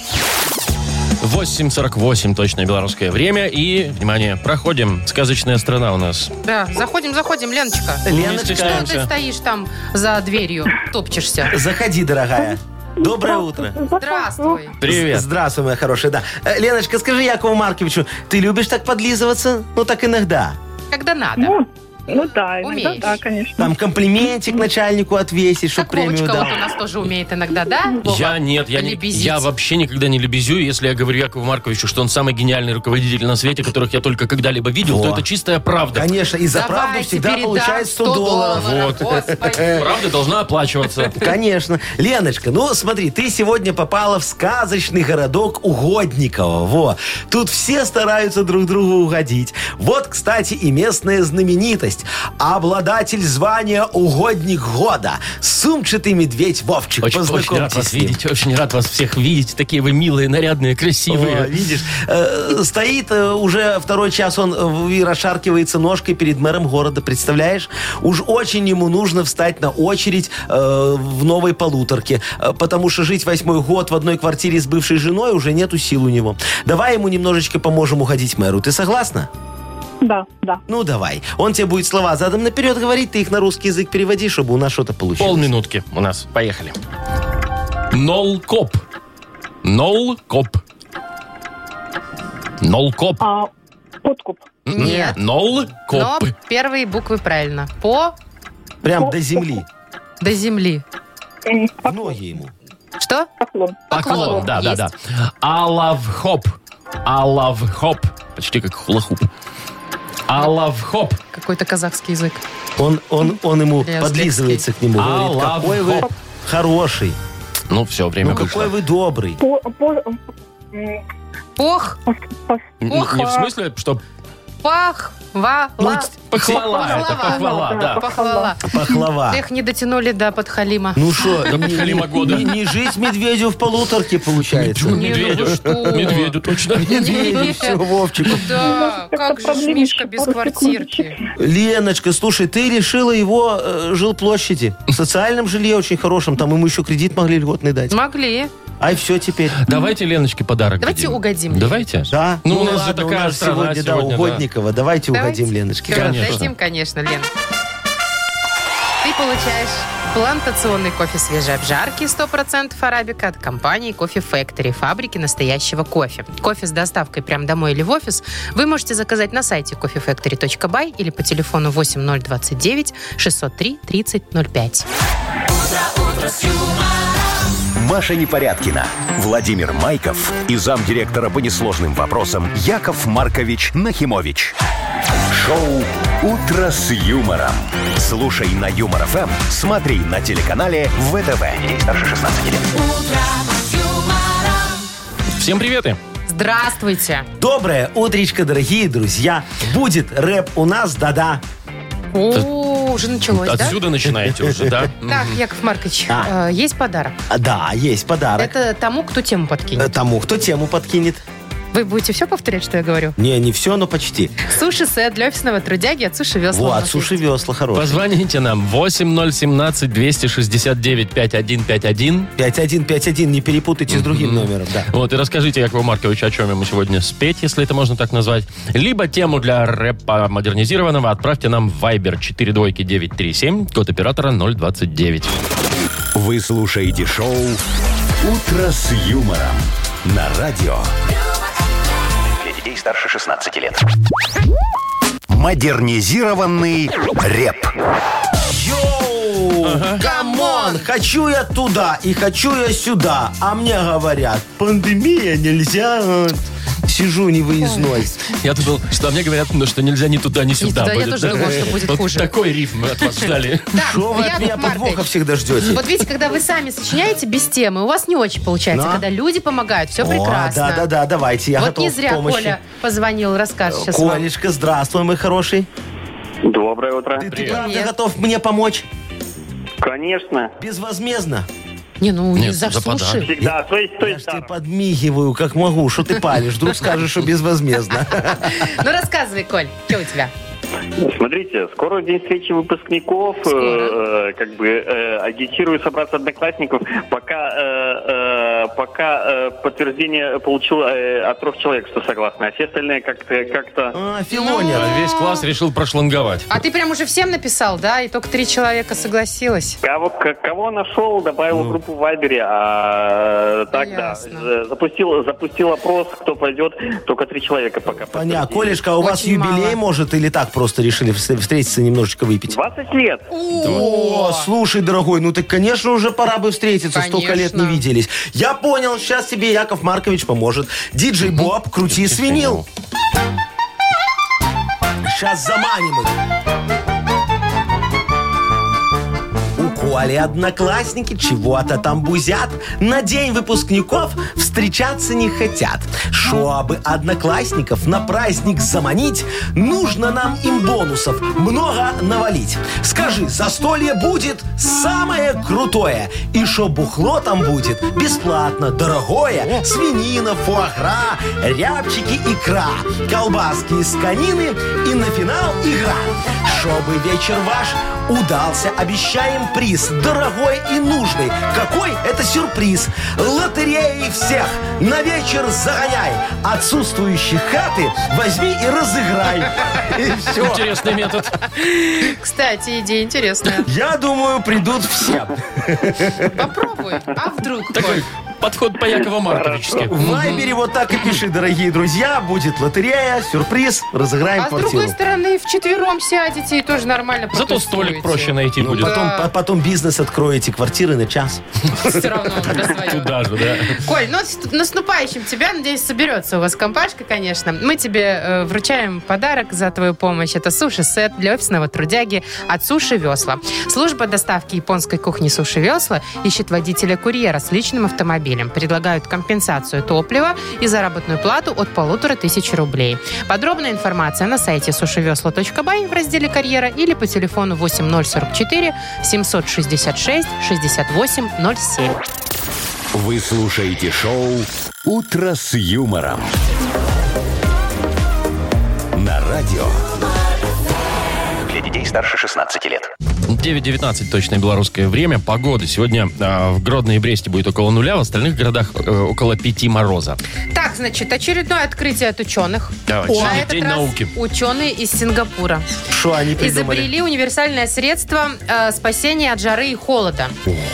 Speaker 1: 8.48, точное белорусское время. И, внимание, проходим. Сказочная страна у нас.
Speaker 2: Да, заходим, заходим, Леночка.
Speaker 1: Не
Speaker 3: Леночка,
Speaker 2: Что ты
Speaker 1: стесняемся.
Speaker 2: стоишь там за дверью, топчешься?
Speaker 3: заходи, дорогая. Доброе утро.
Speaker 2: Здравствуй.
Speaker 1: Привет.
Speaker 3: Здравствуй, моя хорошая, да. Э, Леночка, скажи Якову Марковичу, ты любишь так подлизываться? Ну, так иногда.
Speaker 2: Когда надо.
Speaker 5: Ну, ну да, иногда
Speaker 2: Умеешь.
Speaker 5: да, конечно.
Speaker 3: Там комплиментик начальнику отвесить, чтоб
Speaker 2: Как
Speaker 3: премию
Speaker 2: Вовочка
Speaker 3: дал.
Speaker 2: вот у нас тоже умеет иногда, да? Вова?
Speaker 1: Я нет, я, не-
Speaker 2: Лебезить.
Speaker 1: я вообще никогда не лебезю. Если я говорю Якову Марковичу, что он самый гениальный руководитель на свете, которых я только когда-либо видел,
Speaker 3: Во.
Speaker 1: то это чистая правда.
Speaker 3: Конечно, и за
Speaker 2: Давайте,
Speaker 3: правду всегда
Speaker 2: передам
Speaker 3: получает 100 долларов.
Speaker 1: Вот.
Speaker 2: Господи.
Speaker 1: Правда должна оплачиваться.
Speaker 3: Конечно. Леночка, ну смотри, ты сегодня попала в сказочный городок Угодникова. Во. Тут все стараются друг другу угодить. Вот, кстати, и местная знаменитость. Обладатель звания Угодник года. Сумчатый медведь Вовчик.
Speaker 1: Очень, очень рад
Speaker 3: Познакомьтесь
Speaker 1: вас
Speaker 3: с ним.
Speaker 1: видеть, очень рад вас всех видеть. Такие вы милые, нарядные,
Speaker 3: Во,
Speaker 1: красивые.
Speaker 3: видишь, Э, стоит э, уже второй час, он э, и расшаркивается ножкой перед мэром города, представляешь? Уж очень ему нужно встать на очередь э, в новой полуторке, э, потому что жить восьмой год в одной квартире с бывшей женой уже нету сил у него. Давай ему немножечко поможем уходить мэру, ты согласна?
Speaker 5: Да, да.
Speaker 3: Ну, давай. Он тебе будет слова задом наперед говорить, ты их на русский язык переводи, чтобы у нас что-то получилось.
Speaker 1: Полминутки у нас. Поехали. Нол коп. Нол коп. Нол коп.
Speaker 5: А подкуп.
Speaker 2: Нет.
Speaker 1: Нол
Speaker 2: Но
Speaker 1: коп.
Speaker 2: первые буквы правильно. По
Speaker 3: Прям до земли.
Speaker 2: до земли.
Speaker 5: М,
Speaker 3: Ноги ему.
Speaker 2: Что?
Speaker 5: Поклон.
Speaker 1: Поклон, да, да, А да. Алавхоп. Алавхоп. А Почти как А хулахуп. Алавхоп.
Speaker 2: Какой-то казахский язык.
Speaker 3: Он, он, он ему
Speaker 2: Лезгинский.
Speaker 3: подлизывается к нему, говорит,
Speaker 1: Аллах.
Speaker 3: какой вы хороший.
Speaker 1: Ну, все, время
Speaker 3: Ну
Speaker 1: вышло.
Speaker 3: какой вы добрый.
Speaker 5: По, по, м,
Speaker 2: Пох,
Speaker 5: пос-
Speaker 1: Н- Не в
Speaker 2: Похвала.
Speaker 1: смысле, что
Speaker 2: пах, ва, ла.
Speaker 1: похвала. Это
Speaker 2: Похвала.
Speaker 1: похвала, да.
Speaker 2: Похвала.
Speaker 3: Пахлава.
Speaker 2: Их не дотянули до подхалима.
Speaker 3: Ну что,
Speaker 1: Да под Халима года.
Speaker 3: не, не жить медведю в полуторке получается.
Speaker 1: Тьфу,
Speaker 2: Не, ну
Speaker 1: Медведю.
Speaker 2: вы что?
Speaker 1: Медведю, точно.
Speaker 3: Медведю, все, Вовчику.
Speaker 2: Да, как же ж
Speaker 5: проблемы
Speaker 2: Мишка без
Speaker 5: пару
Speaker 2: квартирки.
Speaker 3: Леночка, слушай, ты лишила его э, жилплощади. В социальном жилье очень хорошем. Там ему еще кредит могли льготный дать.
Speaker 2: Могли.
Speaker 3: Ай, все теперь.
Speaker 1: Давайте Леночке подарок
Speaker 2: Давайте
Speaker 1: дадим.
Speaker 2: угодим ей.
Speaker 1: Давайте.
Speaker 3: Да?
Speaker 1: Ну, у нас же
Speaker 3: ладно,
Speaker 1: такая
Speaker 3: нас
Speaker 1: страна
Speaker 3: сегодня, да,
Speaker 1: сегодня, да.
Speaker 3: угодникова. Давайте, угодим Леночке.
Speaker 2: Всё,
Speaker 1: Конечно.
Speaker 2: Дадим, конечно, Лен. Ты получаешь плантационный кофе свежей обжарки 100% арабика от компании Кофе Factory, фабрики настоящего кофе. Кофе с доставкой прямо домой или в офис вы можете заказать на сайте coffeefactory.by или по телефону 8029 603 3005.
Speaker 4: Маша Непорядкина, Владимир Майков и замдиректора по несложным вопросам Яков Маркович Нахимович. Шоу «Утро с юмором». Слушай на Юмор ФМ, смотри на телеканале ВТВ. Ей старше 16 лет.
Speaker 1: Всем приветы.
Speaker 2: Здравствуйте!
Speaker 3: Доброе утречко, дорогие друзья. Будет рэп у нас, да-да.
Speaker 2: О, уже началось, да?
Speaker 1: Отсюда ну, начинаете уже, да?
Speaker 2: Так, Яков Маркович,
Speaker 3: А.
Speaker 2: э, есть подарок.
Speaker 3: А, Да, есть подарок.
Speaker 2: Это тому, кто тему
Speaker 3: Э,
Speaker 2: подкинет.
Speaker 3: Тому, кто тему подкинет.
Speaker 2: Вы будете все повторять, что я говорю?
Speaker 3: Не, не все, но почти.
Speaker 2: Суши-сет для офисного трудяги от Суши Весла. у
Speaker 3: Вот,
Speaker 2: нас
Speaker 3: суши
Speaker 2: есть.
Speaker 3: весла хорошие.
Speaker 1: Позвоните нам 8017-269-5151.
Speaker 3: 5151, не перепутайте с другим номером, да.
Speaker 1: Вот, и расскажите, Якову Марковичу, о чем ему сегодня спеть, если это можно так назвать. Либо тему для рэпа модернизированного отправьте нам в Viber 42937, код оператора 029.
Speaker 4: Вы слушаете шоу «Утро с юмором» на радио
Speaker 8: Для детей старше 16 лет.
Speaker 4: «Модернизированный реп».
Speaker 3: Йоу! Камон! Хочу я туда и хочу я сюда. А мне говорят, пандемия нельзя. Сижу невыездной.
Speaker 1: Я думал, что мне говорят, ну, что нельзя ни туда, ни сюда.
Speaker 2: туда, я
Speaker 1: будет,
Speaker 2: тоже
Speaker 1: да?
Speaker 2: думала, что будет
Speaker 1: Вот
Speaker 2: хуже.
Speaker 1: такой рифм мы от вас ждали.
Speaker 2: Так,
Speaker 3: Что вы от
Speaker 2: Яков
Speaker 3: меня
Speaker 2: Маркович,
Speaker 3: подвоха всегда ждете?
Speaker 2: Вот видите, когда вы сами сочиняете без темы, у вас не очень получается.
Speaker 3: Да.
Speaker 2: Когда люди помогают, все
Speaker 3: О,
Speaker 2: прекрасно.
Speaker 3: Да-да-да, давайте, я
Speaker 2: Вот
Speaker 3: готов
Speaker 2: не
Speaker 3: к
Speaker 2: зря
Speaker 3: помощи.
Speaker 2: Коля позвонил, расскажет сейчас вам.
Speaker 3: Колечка, здравствуй, мой хороший.
Speaker 7: Доброе утро.
Speaker 3: Ты, ты
Speaker 1: Привет.
Speaker 3: правда
Speaker 2: Привет.
Speaker 3: готов мне помочь?
Speaker 7: Конечно.
Speaker 3: Безвозмездно.
Speaker 2: Не, ну не
Speaker 1: Нет,
Speaker 2: за
Speaker 1: за подарок.
Speaker 2: суши.
Speaker 7: Всегда. То есть, то
Speaker 3: Я ж
Speaker 7: есть,
Speaker 3: тебе
Speaker 7: да.
Speaker 3: подмигиваю, как могу. Что ты палишь? Вдруг скажешь, что безвозмездно.
Speaker 2: Ну рассказывай, Коль, что у тебя?
Speaker 7: Смотрите, скоро день встречи выпускников,
Speaker 2: Скоро.
Speaker 7: э, э, как бы э, агитирую собраться одноклассников, пока э, э, Э, Пока э, подтверждение получил э, от трех человек, что согласны, а все остальные как-то... как-то...
Speaker 3: А, филонер.
Speaker 1: А Весь класс решил прошланговать.
Speaker 2: А ты прям уже всем написал, да? И только три человека согласилось.
Speaker 7: Кого, к- кого нашел, добавил в группу в Вайбере, а так да.
Speaker 2: Ясно.
Speaker 7: З- Запустил, запустил опрос, кто пойдет, только три человека пока.
Speaker 3: Понятно. Колешка, а у вас
Speaker 2: Очень
Speaker 3: юбилей,
Speaker 2: мало.
Speaker 3: может, или так просто решили вс- встретиться и немножечко выпить?
Speaker 7: 20 лет.
Speaker 3: О, слушай, дорогой, ну так, конечно, уже пора бы встретиться. Столько лет
Speaker 2: Конечно.
Speaker 3: не виделись. Я понял, сейчас тебе Яков Маркович поможет. Диджей Боб, крути свинил. Сейчас заманим их. У Коли одноклассники чего-то там бузят. На день выпускников встречаться не хотят. Чтобы одноклассников на праздник заманить, нужно нам им бонусов много навалить. Скажи, застолье будет самое крутое. И шо бухло там будет бесплатно, дорогое. Свинина, фуагра, рябчики, икра, колбаски из конины и на финал игра. Чтобы вечер ваш Удался. Обещаем приз. Дорогой и нужный. Какой? Это сюрприз. Лотереи всех. На вечер загоняй. Отсутствующие хаты возьми и разыграй. И все.
Speaker 1: Интересный метод.
Speaker 2: Кстати, идея интересная.
Speaker 3: Я думаю, придут все.
Speaker 2: Попробуй. А вдруг?
Speaker 1: Такой подход по Якову Марковичски.
Speaker 3: В Вайбере вот так и пиши, дорогие друзья. Будет лотерея, сюрприз, разыграем
Speaker 2: А с
Speaker 3: квартиру.
Speaker 2: другой стороны, вчетвером сядете и тоже нормально
Speaker 1: Зато
Speaker 2: потусуете.
Speaker 1: столик проще найти
Speaker 3: Ну,
Speaker 1: будет.
Speaker 3: потом, по- потом бизнес откроете, квартиры на час.
Speaker 2: Все равно надо свое.
Speaker 1: Туда же, да.
Speaker 2: Коль, ну с наступающим тебя, надеюсь, соберется у вас компашка, конечно. Мы тебе э, вручаем подарок за твою помощь. Это суши-сет для офисного трудяги от Суши Весла. Служба доставки японской кухни Суши Весла ищет водителя-курьера с личным автомобилем. Предлагают компенсацию топлива и заработную плату от полутора тысяч рублей. Подробная информация на сайте сушивесла.бай в разделе «Карьера» или по телефону 8044 766 6807.
Speaker 4: Вы слушаете шоу «Утро с юмором». На радио.
Speaker 8: Для детей старше 16 лет.
Speaker 1: 9.19 точное белорусское время. Погода. Сегодня а, в Гродно и Бресте будет около нуля, в остальных городах э, около 5 мороза.
Speaker 2: Так, значит, очередное открытие от ученых.
Speaker 1: Давайте.
Speaker 2: На
Speaker 1: День
Speaker 2: этот раз
Speaker 1: науки.
Speaker 2: ученые из Сингапура
Speaker 3: Что они придумали?
Speaker 2: изобрели универсальное средство э, спасения от жары и холода.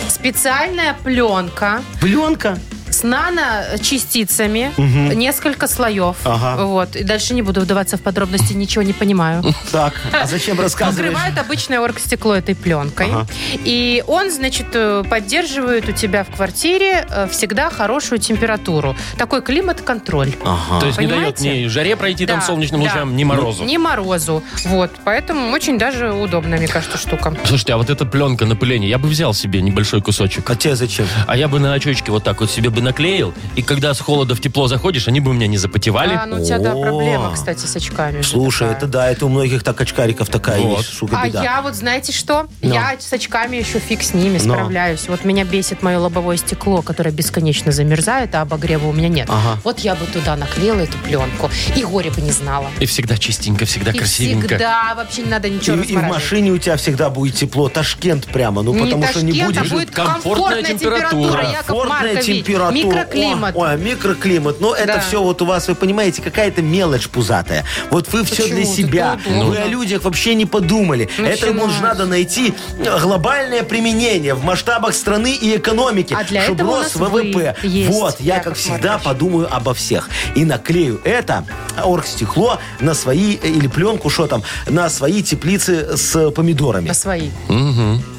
Speaker 2: Специальная пленка
Speaker 3: Пленка.
Speaker 2: с наночастицами, несколько слоев.
Speaker 3: Ага.
Speaker 2: Вот. И дальше не буду вдаваться в подробности, ничего не понимаю.
Speaker 3: Так, а зачем рассказываешь?
Speaker 2: Покрывают обычное оргстекло этой пленкой.
Speaker 3: Ага.
Speaker 2: И он, значит, э, поддерживает у тебя в квартире э, всегда хорошую температуру. Такой климат-контроль.
Speaker 3: А.
Speaker 1: То есть
Speaker 2: Понимаете?
Speaker 1: не дает ни жаре пройти там
Speaker 2: Да,
Speaker 1: солнечным
Speaker 2: да. Ну,
Speaker 1: лучам, ни морозу.
Speaker 2: Не морозу. Вот. Поэтому очень даже удобная, мне кажется, штука.
Speaker 1: Слушайте, а вот эта пленка на пыление, я бы взял себе небольшой кусочек.
Speaker 3: А тебе зачем?
Speaker 1: А я бы на очечки вот так вот себе бы наклеил, и когда с холода в тепло заходишь, они бы у меня не запотевали.
Speaker 2: А, ну у тебя, да,
Speaker 3: О.
Speaker 2: проблема, кстати, с очками. же
Speaker 3: Слушай,
Speaker 2: такая.
Speaker 3: это да, это у многих так очкариков такая
Speaker 1: Вот.
Speaker 3: есть, штука
Speaker 2: А
Speaker 3: беда.
Speaker 2: я вот, знаете что?
Speaker 3: Ну.
Speaker 2: Я с очками еще фиг с ними
Speaker 3: Ну.
Speaker 2: справляюсь. Вот меня бесит мое лобовое стекло, которое бесконечно замерзает, а обогрева у меня нет.
Speaker 3: Ага.
Speaker 2: Вот я бы туда наклеила эту пленку. И горе бы не знала.
Speaker 1: И всегда чистенько, всегда
Speaker 2: И
Speaker 1: красивенько.
Speaker 2: всегда вообще не надо ничего
Speaker 3: И, и в
Speaker 2: размораживать.
Speaker 3: машине у тебя всегда будет тепло. Ташкент прямо. Ну,
Speaker 2: Не
Speaker 3: потому что не
Speaker 2: Ташкент, а
Speaker 3: будешь.
Speaker 2: будет
Speaker 1: комфортная
Speaker 2: комфортная температура,
Speaker 1: температура.
Speaker 2: Яков
Speaker 3: комфортная
Speaker 2: Маркович.
Speaker 3: температура.
Speaker 2: Микроклимат.
Speaker 3: О, о, микроклимат. Но это
Speaker 2: Да.
Speaker 3: все вот у вас, вы понимаете, какая-то мелочь пузатая. Вот вы все
Speaker 2: Почему?
Speaker 3: для
Speaker 2: Так
Speaker 3: себя.
Speaker 2: неудобно.
Speaker 3: Вы о людях вообще не подумали. Это
Speaker 2: Начинаешь.
Speaker 3: может надо найти э, глобальное применение в масштабах страны и экономики.
Speaker 2: А для
Speaker 3: чтоб
Speaker 2: этого у нас
Speaker 3: рос
Speaker 2: вы
Speaker 3: ВВП.
Speaker 2: есть,
Speaker 3: вот, я,
Speaker 2: Яков
Speaker 3: как всегда,
Speaker 2: Маркович.
Speaker 3: подумаю обо всех. И наклею это э, оргстекло на свои, э, или пленку, что там, на свои теплицы с помидорами.
Speaker 2: На свои.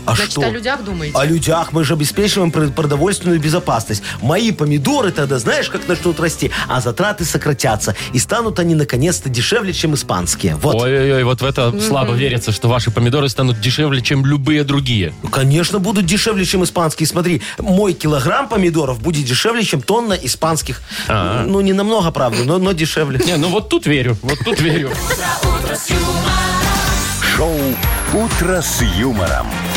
Speaker 3: А
Speaker 2: Значит,
Speaker 3: что? А
Speaker 2: о людях думаете?
Speaker 3: О людях мы же обеспечиваем про- продовольственную безопасность. Мои помидоры тогда, знаешь, как начнут расти, а затраты сократятся. И станут они наконец-то дешевле, чем испанские. Вот.
Speaker 1: Ой-ой-ой, вот в это слабо верится, что ваши помидоры станут дешевле, чем любые другие.
Speaker 3: Ну, Конечно, будут дешевле, чем испанские. Смотри, мой килограмм помидоров будет дешевле, чем тонна испанских. Ну, не намного, правда, но, но дешевле.
Speaker 1: А. Не, ну вот тут верю, вот тут верю.
Speaker 4: Шоу «Утро с юмором».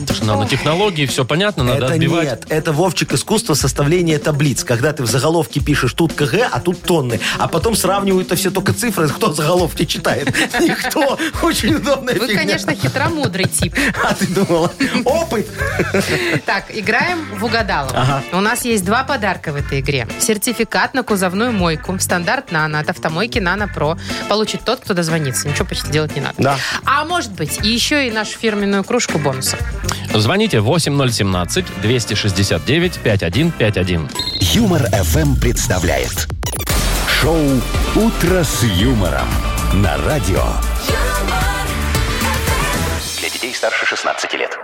Speaker 1: Это же нанотехнологии, все понятно, ну, надо
Speaker 3: это
Speaker 1: отбивать.
Speaker 3: нет, это Вовчик искусство составления таблиц, когда ты в заголовке пишешь тут КГ, а тут тонны, а потом сравнивают это все только цифры, кто заголовки читает. Никто. Очень удобная
Speaker 2: Вы,
Speaker 3: фигня.
Speaker 2: конечно, хитромудрый тип.
Speaker 3: А ты думала, опыт?
Speaker 2: Так, играем в угадалово. У нас есть два подарка в этой игре. Сертификат на кузовную мойку, стандарт «Нано» от автомойки «Нано Про». Получит тот, кто дозвонится. Ничего почти делать не надо.
Speaker 3: Да.
Speaker 2: А может быть, и еще и нашу фирменную кружку бонусом.
Speaker 1: Звоните 8017-269-5151.
Speaker 4: Юмор FM представляет шоу Утро с юмором на радио.
Speaker 9: юмор,
Speaker 8: Для детей старше 16 лет.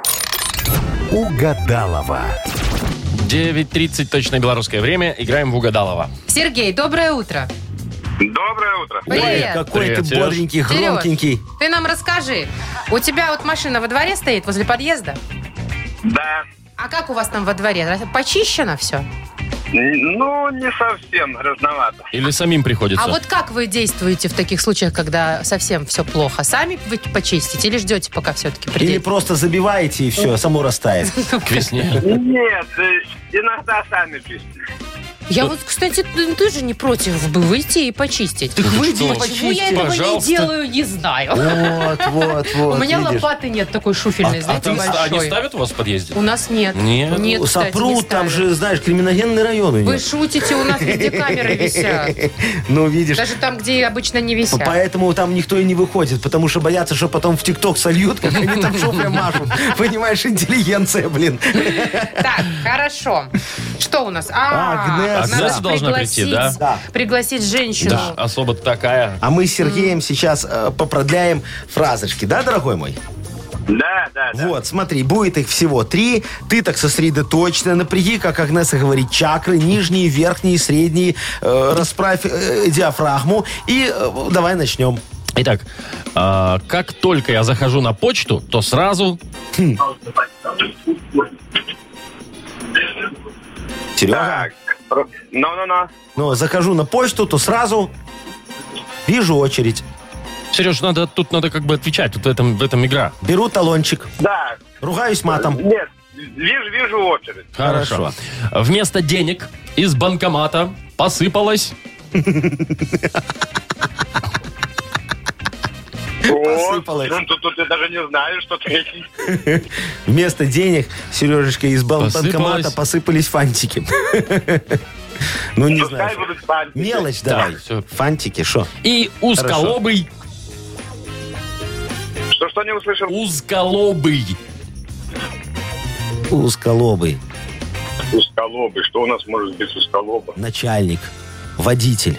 Speaker 4: Угадалова.
Speaker 1: 9.30 точное белорусское время. Играем в Угадалова.
Speaker 2: Сергей, доброе утро.
Speaker 7: Доброе утро.
Speaker 3: Ой,
Speaker 2: Привет.
Speaker 3: какой ты
Speaker 1: Привет, Сереж.
Speaker 3: бодренький,
Speaker 2: Сереж,
Speaker 3: громкий.
Speaker 2: ты нам расскажи. У тебя вот машина во дворе стоит, возле подъезда?
Speaker 7: Да.
Speaker 2: А как у вас там во дворе? Раз- Почищено все?
Speaker 7: Ну, не совсем грязновато.
Speaker 1: Или самим приходится?
Speaker 2: А вот как вы действуете в таких случаях, когда совсем все плохо? Сами вы почистите или ждете, пока все-таки
Speaker 3: Или
Speaker 2: придет?
Speaker 3: просто забиваете и все, само растает.
Speaker 1: К весне.
Speaker 7: Нет, э, иногда сами чистим.
Speaker 2: Я вот, кстати, ты ты же не против бы выйти и почистить.
Speaker 3: Так выйди и
Speaker 2: Почему я этого не
Speaker 1: Пожалуйста.
Speaker 2: делаю, не знаю.
Speaker 3: Вот, вот,
Speaker 2: У
Speaker 3: вот.
Speaker 2: меня
Speaker 3: видишь.
Speaker 2: лопаты нет такой шуфельной,
Speaker 1: А
Speaker 2: знаете,
Speaker 1: там ста- они
Speaker 2: большой.
Speaker 1: ставят у вас в подъезде?
Speaker 2: У нас нет.
Speaker 1: Нет.
Speaker 2: Нет, кстати, не
Speaker 3: Сопрут, там
Speaker 2: ставят.
Speaker 3: же, знаешь, криминогенный район у
Speaker 2: Вы
Speaker 3: них.
Speaker 2: шутите, у нас везде камеры висят.
Speaker 3: Ну, видишь.
Speaker 2: Даже там, где обычно не висят.
Speaker 3: Поэтому там никто и не выходит, потому что боятся, что потом в ТикТок сольют, как они там шофрем машут. Понимаешь, интеллигенция, блин.
Speaker 2: Так, хорошо. Что у нас? А,
Speaker 3: А, Агнеса.
Speaker 2: надо
Speaker 3: Агнеса
Speaker 1: должна
Speaker 2: пригласить-
Speaker 1: прийти, да?
Speaker 3: Да.
Speaker 2: Пригласить
Speaker 1: Да,
Speaker 2: женщину.
Speaker 1: особо такая.
Speaker 3: А мы с Сергеем сейчас э, попродляем фразочки, да, дорогой мой?
Speaker 7: Да, да, да.
Speaker 3: Вот, смотри, будет их всего три. Ты так сосредоточенно напряги, как Агнеса говорит, чакры, нижние, верхние, средние. э, расправь э, диафрагму. И э, давай начнем.
Speaker 1: Итак, а, как только я захожу на почту, то сразу...
Speaker 3: Серега?
Speaker 7: Так. Ну-ну-ну.
Speaker 3: Ну, захожу на почту, то сразу вижу очередь.
Speaker 1: Сереж, надо, тут надо как бы отвечать, вот в этом, в этом игра.
Speaker 3: Беру талончик.
Speaker 7: Да.
Speaker 3: Ругаюсь матом.
Speaker 7: Нет, вижу, вижу очередь.
Speaker 1: Хорошо. Вместо денег из банкомата посыпалось...
Speaker 3: Посыпалось.
Speaker 7: Вот. Ну, тут, тут я даже не знаю, что третий.
Speaker 3: Вместо денег, Сережечка, из бан-
Speaker 1: Посыпалось.
Speaker 3: банкомата посыпались фантики. Ну, не
Speaker 7: Пускай
Speaker 3: знаю.
Speaker 7: будут спальники.
Speaker 3: Мелочь давай.
Speaker 1: Так, всё.
Speaker 3: Фантики, что?
Speaker 1: И узколобый...
Speaker 7: Что, что не услышал?
Speaker 1: Узколобый.
Speaker 3: Узколобый,
Speaker 7: Усколобы. Что у нас может быть усколоба?
Speaker 3: начальник, водитель.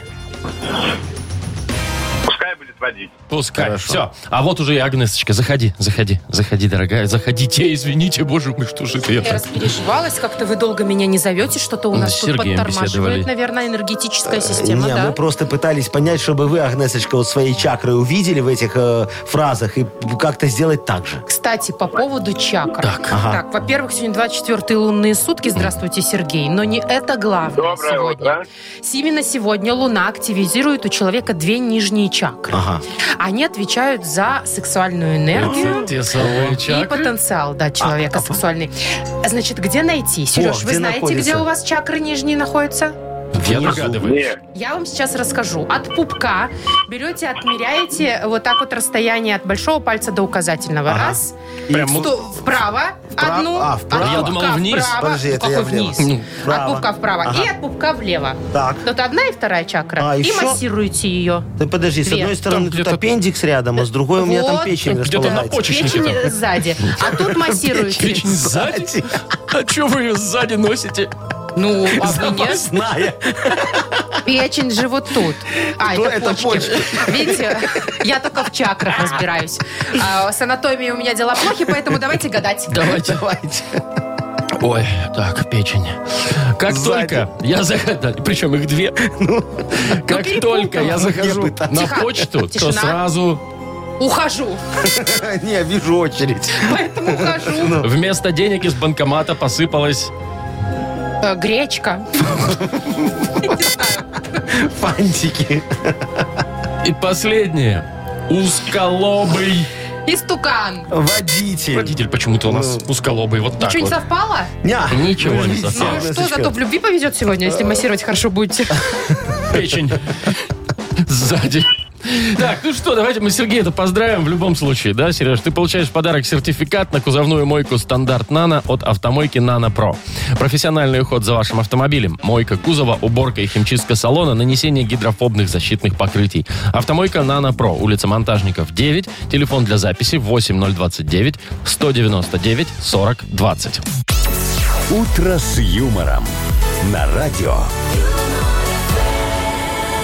Speaker 7: Пускай будет водить.
Speaker 1: Пускай.
Speaker 3: Хорошо.
Speaker 1: Все. А вот уже и Агнесочка. Заходи, заходи, заходи, дорогая. Заходите, извините, боже мой, что же это я
Speaker 2: Я
Speaker 1: так?
Speaker 2: распереживалась, как-то вы долго меня не зовете, что-то у
Speaker 1: Мы
Speaker 2: нас
Speaker 1: с
Speaker 2: тут
Speaker 1: Сергеем беседовали.
Speaker 2: подтормаживает, наверное, энергетическая система,
Speaker 3: Не, мы
Speaker 2: да?
Speaker 3: просто пытались понять, чтобы вы, Агнесочка, вот свои чакры увидели в этих э, фразах и как-то сделать так же.
Speaker 2: Кстати, по поводу чакр.
Speaker 1: Так.
Speaker 3: Ага.
Speaker 2: Так, во-первых, сегодня 24 лунные сутки. Здравствуйте, Сергей. Но не это главное
Speaker 7: Доброе
Speaker 2: сегодня.
Speaker 7: утро.
Speaker 2: Именно сегодня Луна активизирует у человека две нижние чакры.
Speaker 3: Ага.
Speaker 2: Они отвечают за сексуальную энергию.
Speaker 1: Это те самые
Speaker 2: И
Speaker 1: чакры.
Speaker 2: потенциал, да, человека сексуальный. Значит, где найти? Сереж, вы
Speaker 3: А, где
Speaker 2: знаете, где
Speaker 3: находится?
Speaker 2: у вас чакры нижние находятся?
Speaker 1: Я
Speaker 3: Внизу.
Speaker 1: догадываюсь.
Speaker 7: Нет.
Speaker 2: Я вам сейчас расскажу. От пупка берете, отмеряете вот так вот расстояние от большого пальца до указательного.
Speaker 3: Ага.
Speaker 2: Раз.
Speaker 1: Прям
Speaker 2: Сто- вправо,
Speaker 3: Вправо?
Speaker 2: одну.
Speaker 3: А, вправо.
Speaker 2: от
Speaker 1: Я
Speaker 2: пупка
Speaker 1: думал, вниз.
Speaker 2: Вправо,
Speaker 3: Подожди, это
Speaker 2: Какой
Speaker 3: я влево. Ну,
Speaker 2: вниз.
Speaker 3: Вправо.
Speaker 2: От пупка вправо.
Speaker 3: Ага.
Speaker 2: И от пупка влево.
Speaker 3: Так.
Speaker 2: Вот одна и вторая чакра.
Speaker 3: А,
Speaker 2: и
Speaker 3: еще?
Speaker 2: массируете ее.
Speaker 3: Ты подожди, с
Speaker 2: Две.
Speaker 3: одной стороны
Speaker 1: Там
Speaker 3: тут
Speaker 1: где-то-
Speaker 3: аппендикс рядом, а с другой у меня там
Speaker 2: Вот.
Speaker 3: печень
Speaker 1: Где-то на
Speaker 3: располагается.
Speaker 1: почечнике
Speaker 2: Печень
Speaker 1: там.
Speaker 2: э, сзади. А тут массируете.
Speaker 1: Печень сзади? А что вы ее сзади носите?
Speaker 2: Ну, а вы нет?
Speaker 3: Знаю.
Speaker 2: Печень же вот тут. А,
Speaker 3: То
Speaker 2: это,
Speaker 3: это
Speaker 2: почки. Видите, я только в чакрах разбираюсь. А, с анатомией у меня дела плохи, поэтому давайте гадать.
Speaker 1: Давайте.
Speaker 3: Давайте.
Speaker 1: Ой, так, печень. Как только я захожу... Причем их две. Ну, Как только я захожу на
Speaker 2: Ну, Тихо.
Speaker 1: почту, то
Speaker 2: Тишина.
Speaker 1: сразу
Speaker 2: Ухожу.
Speaker 3: Не, вижу очередь.
Speaker 2: Поэтому ухожу.
Speaker 3: Ну.
Speaker 1: вместо денег из банкомата посыпалось...
Speaker 2: Э, Гречка.
Speaker 3: Фантики.
Speaker 1: И последнее. Узколобый.
Speaker 2: Истукан.
Speaker 3: Водитель.
Speaker 1: Родитель почему-то у нас узколобый. Вот так
Speaker 2: Ничего не
Speaker 1: вот.
Speaker 2: совпало?
Speaker 3: Ня.
Speaker 1: Ничего не
Speaker 3: Подождите,
Speaker 1: совпало.
Speaker 2: Ну что,
Speaker 3: Машечка.
Speaker 2: зато в любви повезет сегодня, если массировать хорошо будете.
Speaker 1: Печень. Сзади. Так, ну что, давайте мы Сергея-то поздравим в любом случае, да, Сереж? Ты получаешь в подарок сертификат на кузовную мойку «Стандарт Нано» от автомойки «Нано Про». Профессиональный уход за вашим автомобилем, мойка кузова, уборка и химчистка салона, нанесение гидрофобных защитных покрытий. Автомойка «Нано Про», улица Монтажников, 9, телефон для записи 8029 199 40 20.
Speaker 4: «Утро с юмором» на радио.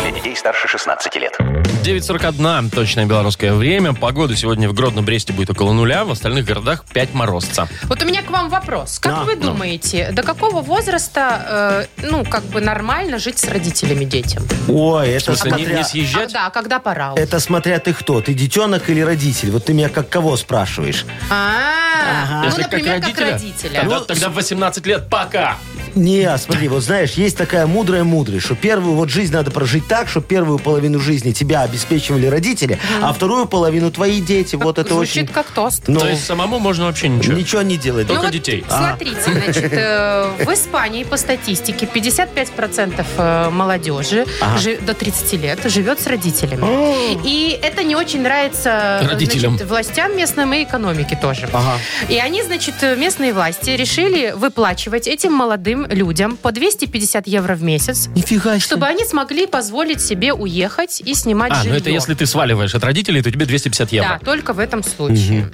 Speaker 8: Для детей старше 16 лет.
Speaker 1: 9.41, точное белорусское время. Погода сегодня в Гродно-Бресте будет около нуля, в остальных городах 5 морозца.
Speaker 2: Вот у меня к вам вопрос. Как
Speaker 3: Да,
Speaker 2: вы
Speaker 1: ну.
Speaker 2: думаете, до какого возраста, э, ну, как бы нормально жить с родителями детям?
Speaker 3: Ой,
Speaker 1: В
Speaker 3: это
Speaker 1: смысле, не, не
Speaker 3: смотря...
Speaker 1: съезжать?
Speaker 2: Когда? Когда пора? уже?
Speaker 3: Это смотря ты кто, ты детенок или родитель? Вот ты меня как кого спрашиваешь?
Speaker 2: А, ну,
Speaker 1: Если
Speaker 2: например, как родителя.
Speaker 1: Тогда,
Speaker 3: Ну,
Speaker 1: тогда в 18 лет пока.
Speaker 3: Не, смотри, вот знаешь, есть такая мудрая мудрость, что первую вот жизнь надо прожить так, что первую половину жизни тебя обеспечивали родители, а вторую половину твои дети. Вот это
Speaker 2: Звучит
Speaker 3: очень...
Speaker 2: Ну, как тост.
Speaker 3: Ну,
Speaker 1: То есть самому можно вообще ничего.
Speaker 3: ничего не делать.
Speaker 1: Только
Speaker 2: Ну вот
Speaker 1: детей.
Speaker 2: Смотрите, значит, э, в Испании по статистике 55% э, молодежи
Speaker 3: Ага.
Speaker 2: жи- до 30 лет живет с родителями. И это не очень нравится э,
Speaker 1: Родителям.
Speaker 2: значит, властям местным и экономике тоже.
Speaker 3: Ага.
Speaker 2: И они, значит, э, местные власти решили выплачивать этим молодым людям по 250 евро в месяц,
Speaker 3: Нифига себе.
Speaker 2: чтобы они смогли позволить себе уехать и снимать
Speaker 1: А, ну
Speaker 2: жилье.
Speaker 1: это если ты сваливаешь от родителей, то тебе 250
Speaker 2: Да,
Speaker 1: евро.
Speaker 2: только в этом случае.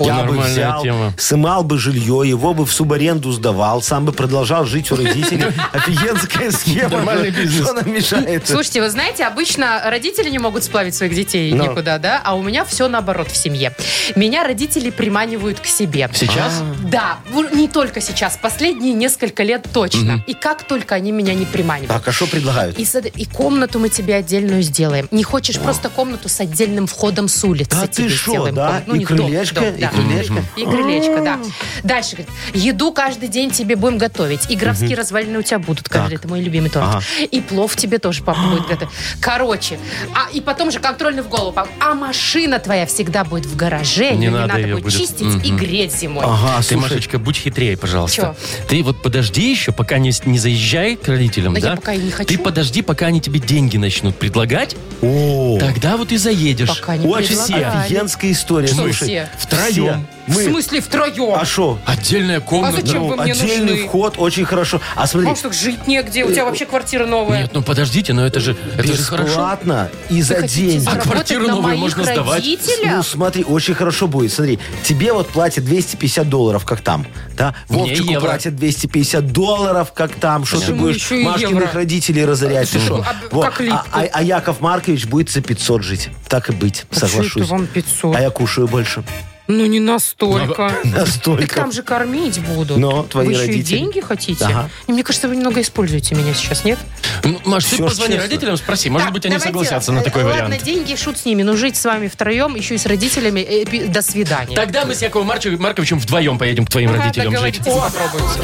Speaker 3: Я бы
Speaker 1: Нормальная
Speaker 3: взял,
Speaker 1: тема.
Speaker 3: сымал бы жилье, его бы в субаренду сдавал, сам бы продолжал жить у родителей. Офигенская схема.
Speaker 1: Нормальный бизнес.
Speaker 3: Что нам мешает?
Speaker 2: Слушайте, вы знаете, обычно родители не могут сплавить своих детей
Speaker 3: Ну.
Speaker 2: никуда, да? А у меня все наоборот в семье. Меня родители приманивают к себе.
Speaker 3: А,
Speaker 1: Сейчас?
Speaker 2: Да, в- не только сейчас, последние несколько лет точно. И как только они меня не приманивают.
Speaker 3: Так, а что предлагают?
Speaker 2: И, сад- и комнату мы тебе отдельную сделаем. Не хочешь просто комнату с отдельным входом с улицы.
Speaker 3: Да
Speaker 2: тебе
Speaker 3: ты шо,
Speaker 2: сделаем
Speaker 3: да?
Speaker 2: комнату.
Speaker 3: И
Speaker 2: не в дом, в
Speaker 3: крылечко,
Speaker 2: дом,
Speaker 3: и
Speaker 2: да.
Speaker 3: крылечко. А.
Speaker 2: И крылечко, да. Дальше, говорит, еду каждый день тебе будем готовить. И графские развалины у тебя будут каждый, это мой любимый торт.
Speaker 3: Ага. А.
Speaker 2: И плов тебе тоже папа будет готовить. Короче, а и потом же контрольный в голову. пап. А машина твоя всегда будет в гараже.
Speaker 1: Не
Speaker 2: ее
Speaker 1: надо ее
Speaker 2: будет
Speaker 1: будет.
Speaker 2: чистить и
Speaker 1: Мгм.
Speaker 2: греть зимой.
Speaker 3: Ага,
Speaker 1: Ты,
Speaker 3: слушай,
Speaker 1: Машечка, будь хитрее, пожалуйста. Ты вот подожди еще, пока не, с- не заезжай к родителям,
Speaker 2: Да
Speaker 1: да?
Speaker 2: я пока и не хочу.
Speaker 1: Ты подожди, пока они тебе деньги начнут предлагать,
Speaker 3: о,
Speaker 1: тогда вот и заедешь. А
Speaker 2: Пока не
Speaker 3: очень
Speaker 2: предлагали.
Speaker 3: офигенская история.
Speaker 2: Что
Speaker 3: Слушай,
Speaker 2: все?
Speaker 3: втроем.
Speaker 2: В
Speaker 3: Мы,
Speaker 2: смысле втроем?
Speaker 3: а что?
Speaker 1: Отдельная комната. Ну,
Speaker 2: А зачем? Чем вы мне
Speaker 3: отдельный
Speaker 2: нужны?
Speaker 3: вход, очень хорошо. А смотри,
Speaker 2: Может, так жить негде, у тебя вообще квартира новая.
Speaker 1: Нет, ну подождите, но это же, это же хорошо.
Speaker 3: бесплатно и за деньги.
Speaker 1: А квартиру новую можно сдавать?
Speaker 3: Ну, смотри, очень хорошо будет. Смотри, тебе вот платят 250 долларов, как там. Да?
Speaker 1: Мне
Speaker 3: Вовчику
Speaker 1: евро.
Speaker 3: платят 250 долларов, как там. Что ты
Speaker 2: Почему
Speaker 3: будешь
Speaker 2: еще и
Speaker 3: Машкиных
Speaker 2: евро?
Speaker 3: родителей разорять? Ты что?
Speaker 2: А,
Speaker 3: Во.
Speaker 2: как липку.
Speaker 3: А- а- а Яков Маркович будет за 500 жить. Так и
Speaker 2: А
Speaker 3: быть,
Speaker 2: Чё это
Speaker 3: соглашусь.
Speaker 2: вам 500?
Speaker 3: А я кушаю больше.
Speaker 2: Ну, не настолько.
Speaker 1: Ну,
Speaker 2: Так
Speaker 3: Настолько.
Speaker 2: там же кормить буду.
Speaker 3: Но твои
Speaker 2: Вы еще и
Speaker 3: родители.
Speaker 2: деньги хотите?
Speaker 3: Ага.
Speaker 2: И Мне кажется, вы немного используете меня сейчас, нет?
Speaker 1: Ну, Маш, ты
Speaker 3: Всё ж
Speaker 1: позвони
Speaker 3: честно.
Speaker 1: родителям, спроси. Может
Speaker 2: Так,
Speaker 1: быть, они
Speaker 2: давайте,
Speaker 1: согласятся на
Speaker 2: э,
Speaker 1: такой
Speaker 2: ладно,
Speaker 1: вариант.
Speaker 2: деньги, шут с ними, но жить с вами втроем, еще и с родителями, э, пи- до свидания.
Speaker 1: Тогда мы с Яковом Марчев- Марковичем вдвоем поедем к твоим
Speaker 2: Ага,
Speaker 1: родителям жить.
Speaker 2: договоритесь, попробуйте.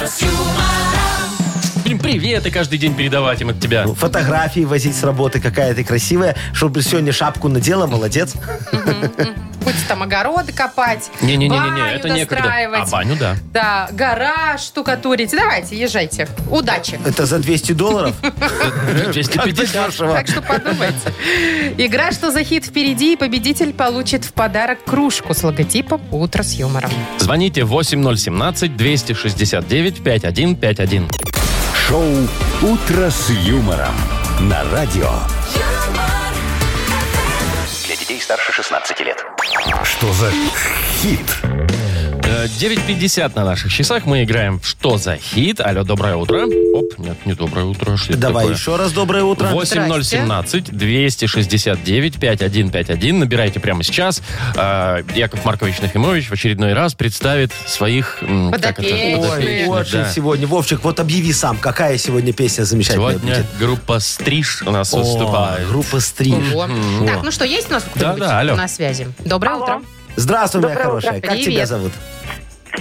Speaker 1: Блин, привет, и каждый день передавать им от тебя.
Speaker 2: Ну,
Speaker 3: Фотографии возить с работы, какая ты красивая, чтобы сегодня шапку надела, молодец.
Speaker 2: Будете там огороды копать,
Speaker 1: Не-не-не-не,
Speaker 2: баню
Speaker 1: это некогда. А
Speaker 2: достраивать.
Speaker 1: баню, да.
Speaker 2: Да, гараж штукатурить. Давайте, езжайте. Удачи.
Speaker 3: Это за 200 долларов?
Speaker 2: Э,
Speaker 1: 250.
Speaker 3: Дешево.
Speaker 2: Так что подумайте. Игра «Что за хит» впереди, и победитель получит в подарок кружку с логотипом «Утро с юмором».
Speaker 1: Звоните 8017-269-5151.
Speaker 4: Шоу «Утро с юмором» на радио.
Speaker 8: Для детей старше 16 лет.
Speaker 4: Что за хит?
Speaker 1: Э, 9.50 на наших часах. Мы играем в «Что за хит?». Алло, доброе утро. Оп, нет, не доброе утро. что это
Speaker 3: Давай
Speaker 1: такое?
Speaker 3: еще раз доброе утро.
Speaker 1: 8017-269-5151. Набирайте прямо сейчас. Э, Яков Маркович Нахимович в очередной раз представит своих... м, как это,
Speaker 2: Подопечных.
Speaker 3: Ой,
Speaker 1: подопечных,
Speaker 3: очень
Speaker 1: да.
Speaker 3: сегодня. Вовчик, вот объяви сам, какая сегодня песня замечательная
Speaker 1: Сегодня
Speaker 3: будет.
Speaker 1: группа «Стриж» у нас
Speaker 3: О,
Speaker 1: выступает.
Speaker 3: группа Стриж.
Speaker 2: Ого. Так, ну что, есть у нас кто-нибудь
Speaker 1: Да-да, алло.
Speaker 2: на связи? Доброе
Speaker 5: Алло.
Speaker 2: утро.
Speaker 3: Здравствуй, моя
Speaker 5: Доброе утро.
Speaker 3: хорошая. Как
Speaker 2: Привет.
Speaker 3: тебя зовут?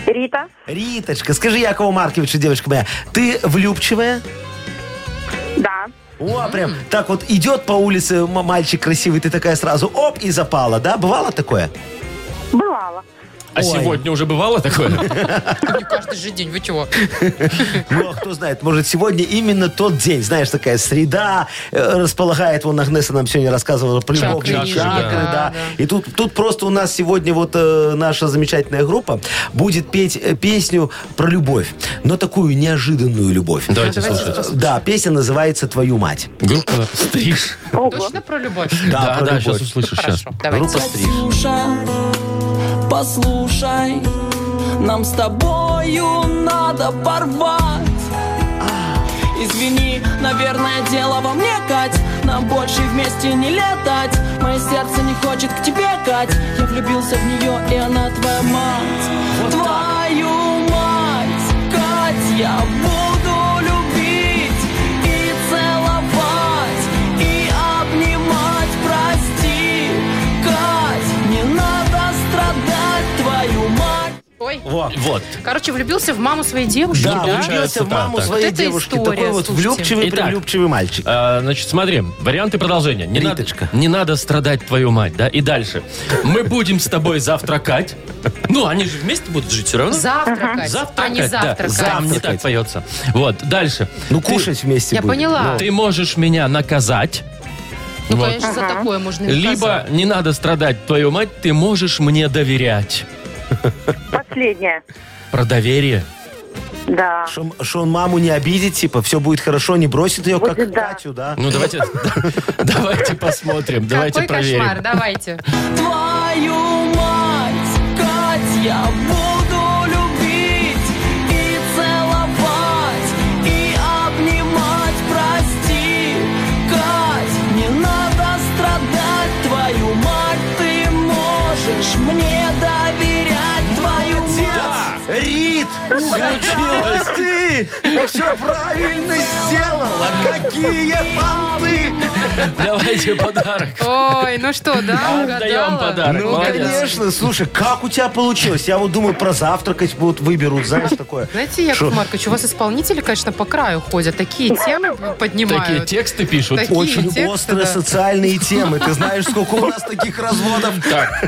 Speaker 5: Рита,
Speaker 3: Риточка, скажи Якову Марковичу, девочка моя, ты влюбчивая?
Speaker 5: да.
Speaker 3: О, прям так вот идет по улице м- мальчик красивый, ты такая сразу оп и запала, да? Бывало такое?
Speaker 1: А
Speaker 3: Ой.
Speaker 1: сегодня уже бывало такое?
Speaker 2: Не каждый же день, вы чего?
Speaker 3: Ну, а кто знает, может, сегодня именно тот день. Знаешь, такая среда э, располагает. Вон Агнеса нам сегодня рассказывала про
Speaker 2: Чакры,
Speaker 3: любовные
Speaker 1: чакры,
Speaker 3: чакры.
Speaker 2: да.
Speaker 3: да.
Speaker 2: Да, да.
Speaker 3: И тут, тут просто у нас сегодня вот э, наша замечательная группа будет петь э, песню про любовь. Но такую неожиданную любовь.
Speaker 1: Давайте
Speaker 2: Давайте
Speaker 1: слушать.
Speaker 2: послушаем.
Speaker 3: Да, песня называется «Твою мать».
Speaker 1: Группа «Стриж».
Speaker 5: Ого.
Speaker 2: Точно про любовь?
Speaker 3: Да,
Speaker 1: Да,
Speaker 3: про
Speaker 1: да,
Speaker 3: любовь.
Speaker 1: сейчас услышишь. Сейчас.
Speaker 2: Хорошо, давайте.
Speaker 3: Группа «Стриж».
Speaker 9: Послушай, послушай, нам с тобою надо порвать. Извини, наверное, дело во мне, Кать Нам больше вместе не летать Мое сердце не хочет к тебе, Кать Я влюбился в нее, и она твоя мать Твою мать, Кать Я буду любить и целовать И обнимать, прости, Кать Не надо страдать, твою мать
Speaker 2: Ой.
Speaker 3: Во.
Speaker 1: Вот.
Speaker 2: Короче, влюбился в маму своей девушки,
Speaker 3: Да,
Speaker 2: да?
Speaker 3: влюбился в маму
Speaker 1: Ну, так.
Speaker 3: своей
Speaker 2: Вот это
Speaker 3: девушки.
Speaker 2: история,
Speaker 3: Такой вот
Speaker 2: слушайте.
Speaker 3: влюбчивый,
Speaker 1: Итак.
Speaker 3: прелюбчивый мальчик.
Speaker 1: А, значит, смотри, варианты продолжения. Не, надо,
Speaker 3: Риточка.
Speaker 1: не надо страдать твою мать, да? И дальше. Мы будем с тобой завтракать. Ну, они же вместе будут жить все равно.
Speaker 2: Завтракать, а не
Speaker 1: да.
Speaker 2: завтракать.
Speaker 1: Зам, не так
Speaker 3: Завтракать.
Speaker 1: поется. Вот, дальше.
Speaker 3: Ну,
Speaker 1: Ты-
Speaker 3: кушать вместе
Speaker 2: Я
Speaker 3: будет.
Speaker 2: поняла.
Speaker 1: Ты можешь меня наказать.
Speaker 2: Ну,
Speaker 1: Ну, Вот.
Speaker 2: конечно, за такое можно и
Speaker 1: Либо
Speaker 2: наказать.
Speaker 1: не надо страдать, твою мать, ты можешь мне доверять.
Speaker 5: Последняя.
Speaker 1: Про доверие.
Speaker 5: Да.
Speaker 3: Что он маму не обидит, типа, все будет хорошо, не бросит ее, как
Speaker 5: Будет, да.
Speaker 3: Катю, да?
Speaker 1: Ну, давайте, давайте посмотрим, давайте
Speaker 2: Какой кошмар,
Speaker 1: проверим.
Speaker 2: давайте.
Speaker 9: Твою мать, Кать, я буду любить и целовать, и обнимать, прости, Кать, не надо страдать, твою мать, ты можешь мне доверять, твою мать.
Speaker 3: Рит, угодилась ты! Все правильно сделала! Какие понты!
Speaker 1: Давайте подарок.
Speaker 2: Ой, ну что, да,
Speaker 1: Отдаем
Speaker 2: угадала?
Speaker 1: подарок.
Speaker 3: Ну,
Speaker 1: Молодец.
Speaker 3: конечно, слушай, как у тебя получилось? Я вот думаю, про завтракать будут, выберут, знаешь, такое.
Speaker 2: Знаете, Яков
Speaker 3: Шо?
Speaker 2: Маркович, у вас исполнители, конечно, по краю ходят. Такие темы поднимают.
Speaker 1: Такие тексты пишут.
Speaker 2: Такие
Speaker 3: Очень
Speaker 2: тексты,
Speaker 3: острые
Speaker 2: да.
Speaker 3: социальные темы. Ты знаешь, сколько у нас таких разводов?
Speaker 1: Так,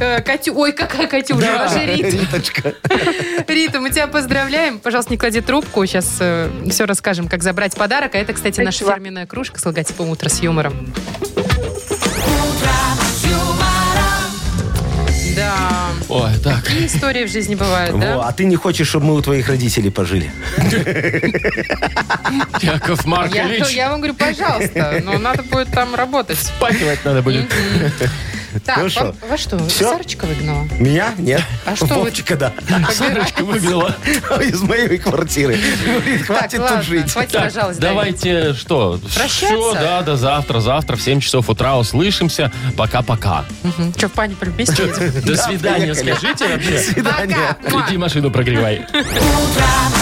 Speaker 2: Э, Катю... Ой, какая Катюша,
Speaker 3: Да,
Speaker 2: она же Рита.
Speaker 3: Риточка.
Speaker 2: Рита, мы тебя поздравляем. Пожалуйста, не клади трубку. Сейчас все расскажем, как забрать подарок. А это, кстати, наша
Speaker 5: Спасибо.
Speaker 2: фирменная кружка с логотипом «Утро с юмором». Да,
Speaker 1: ой, так.
Speaker 2: и истории в жизни бывают,
Speaker 3: Во,
Speaker 2: да?
Speaker 3: А ты не хочешь, чтобы мы у твоих родителей пожили?
Speaker 1: Яков
Speaker 2: Я,
Speaker 1: Маркович,
Speaker 2: я вам говорю, пожалуйста, но надо будет там работать.
Speaker 1: пахивать надо будет.
Speaker 2: Так,
Speaker 3: Ну
Speaker 2: во,
Speaker 3: что,
Speaker 2: во что?
Speaker 3: всё?
Speaker 2: Сарочка выгнала.
Speaker 3: Меня? Нет.
Speaker 2: А что вы-
Speaker 3: Вовчика, да.
Speaker 1: Сарочка выгнала.
Speaker 3: Из моей квартиры. Говорит, хватит
Speaker 2: ладно,
Speaker 3: тут жить.
Speaker 2: хватит,
Speaker 1: Так,
Speaker 2: пожалуйста.
Speaker 1: давайте что?
Speaker 2: Прощаться?
Speaker 1: Всё, да, до завтра. Завтра в 7 часов утра услышимся. Пока-пока.
Speaker 2: Че, в пане вместе едем?
Speaker 1: До свидания,
Speaker 3: поехали.
Speaker 1: скажите вообще.
Speaker 3: свидания.
Speaker 2: Пока! Муа.
Speaker 1: Иди машину прогревай.
Speaker 9: Утро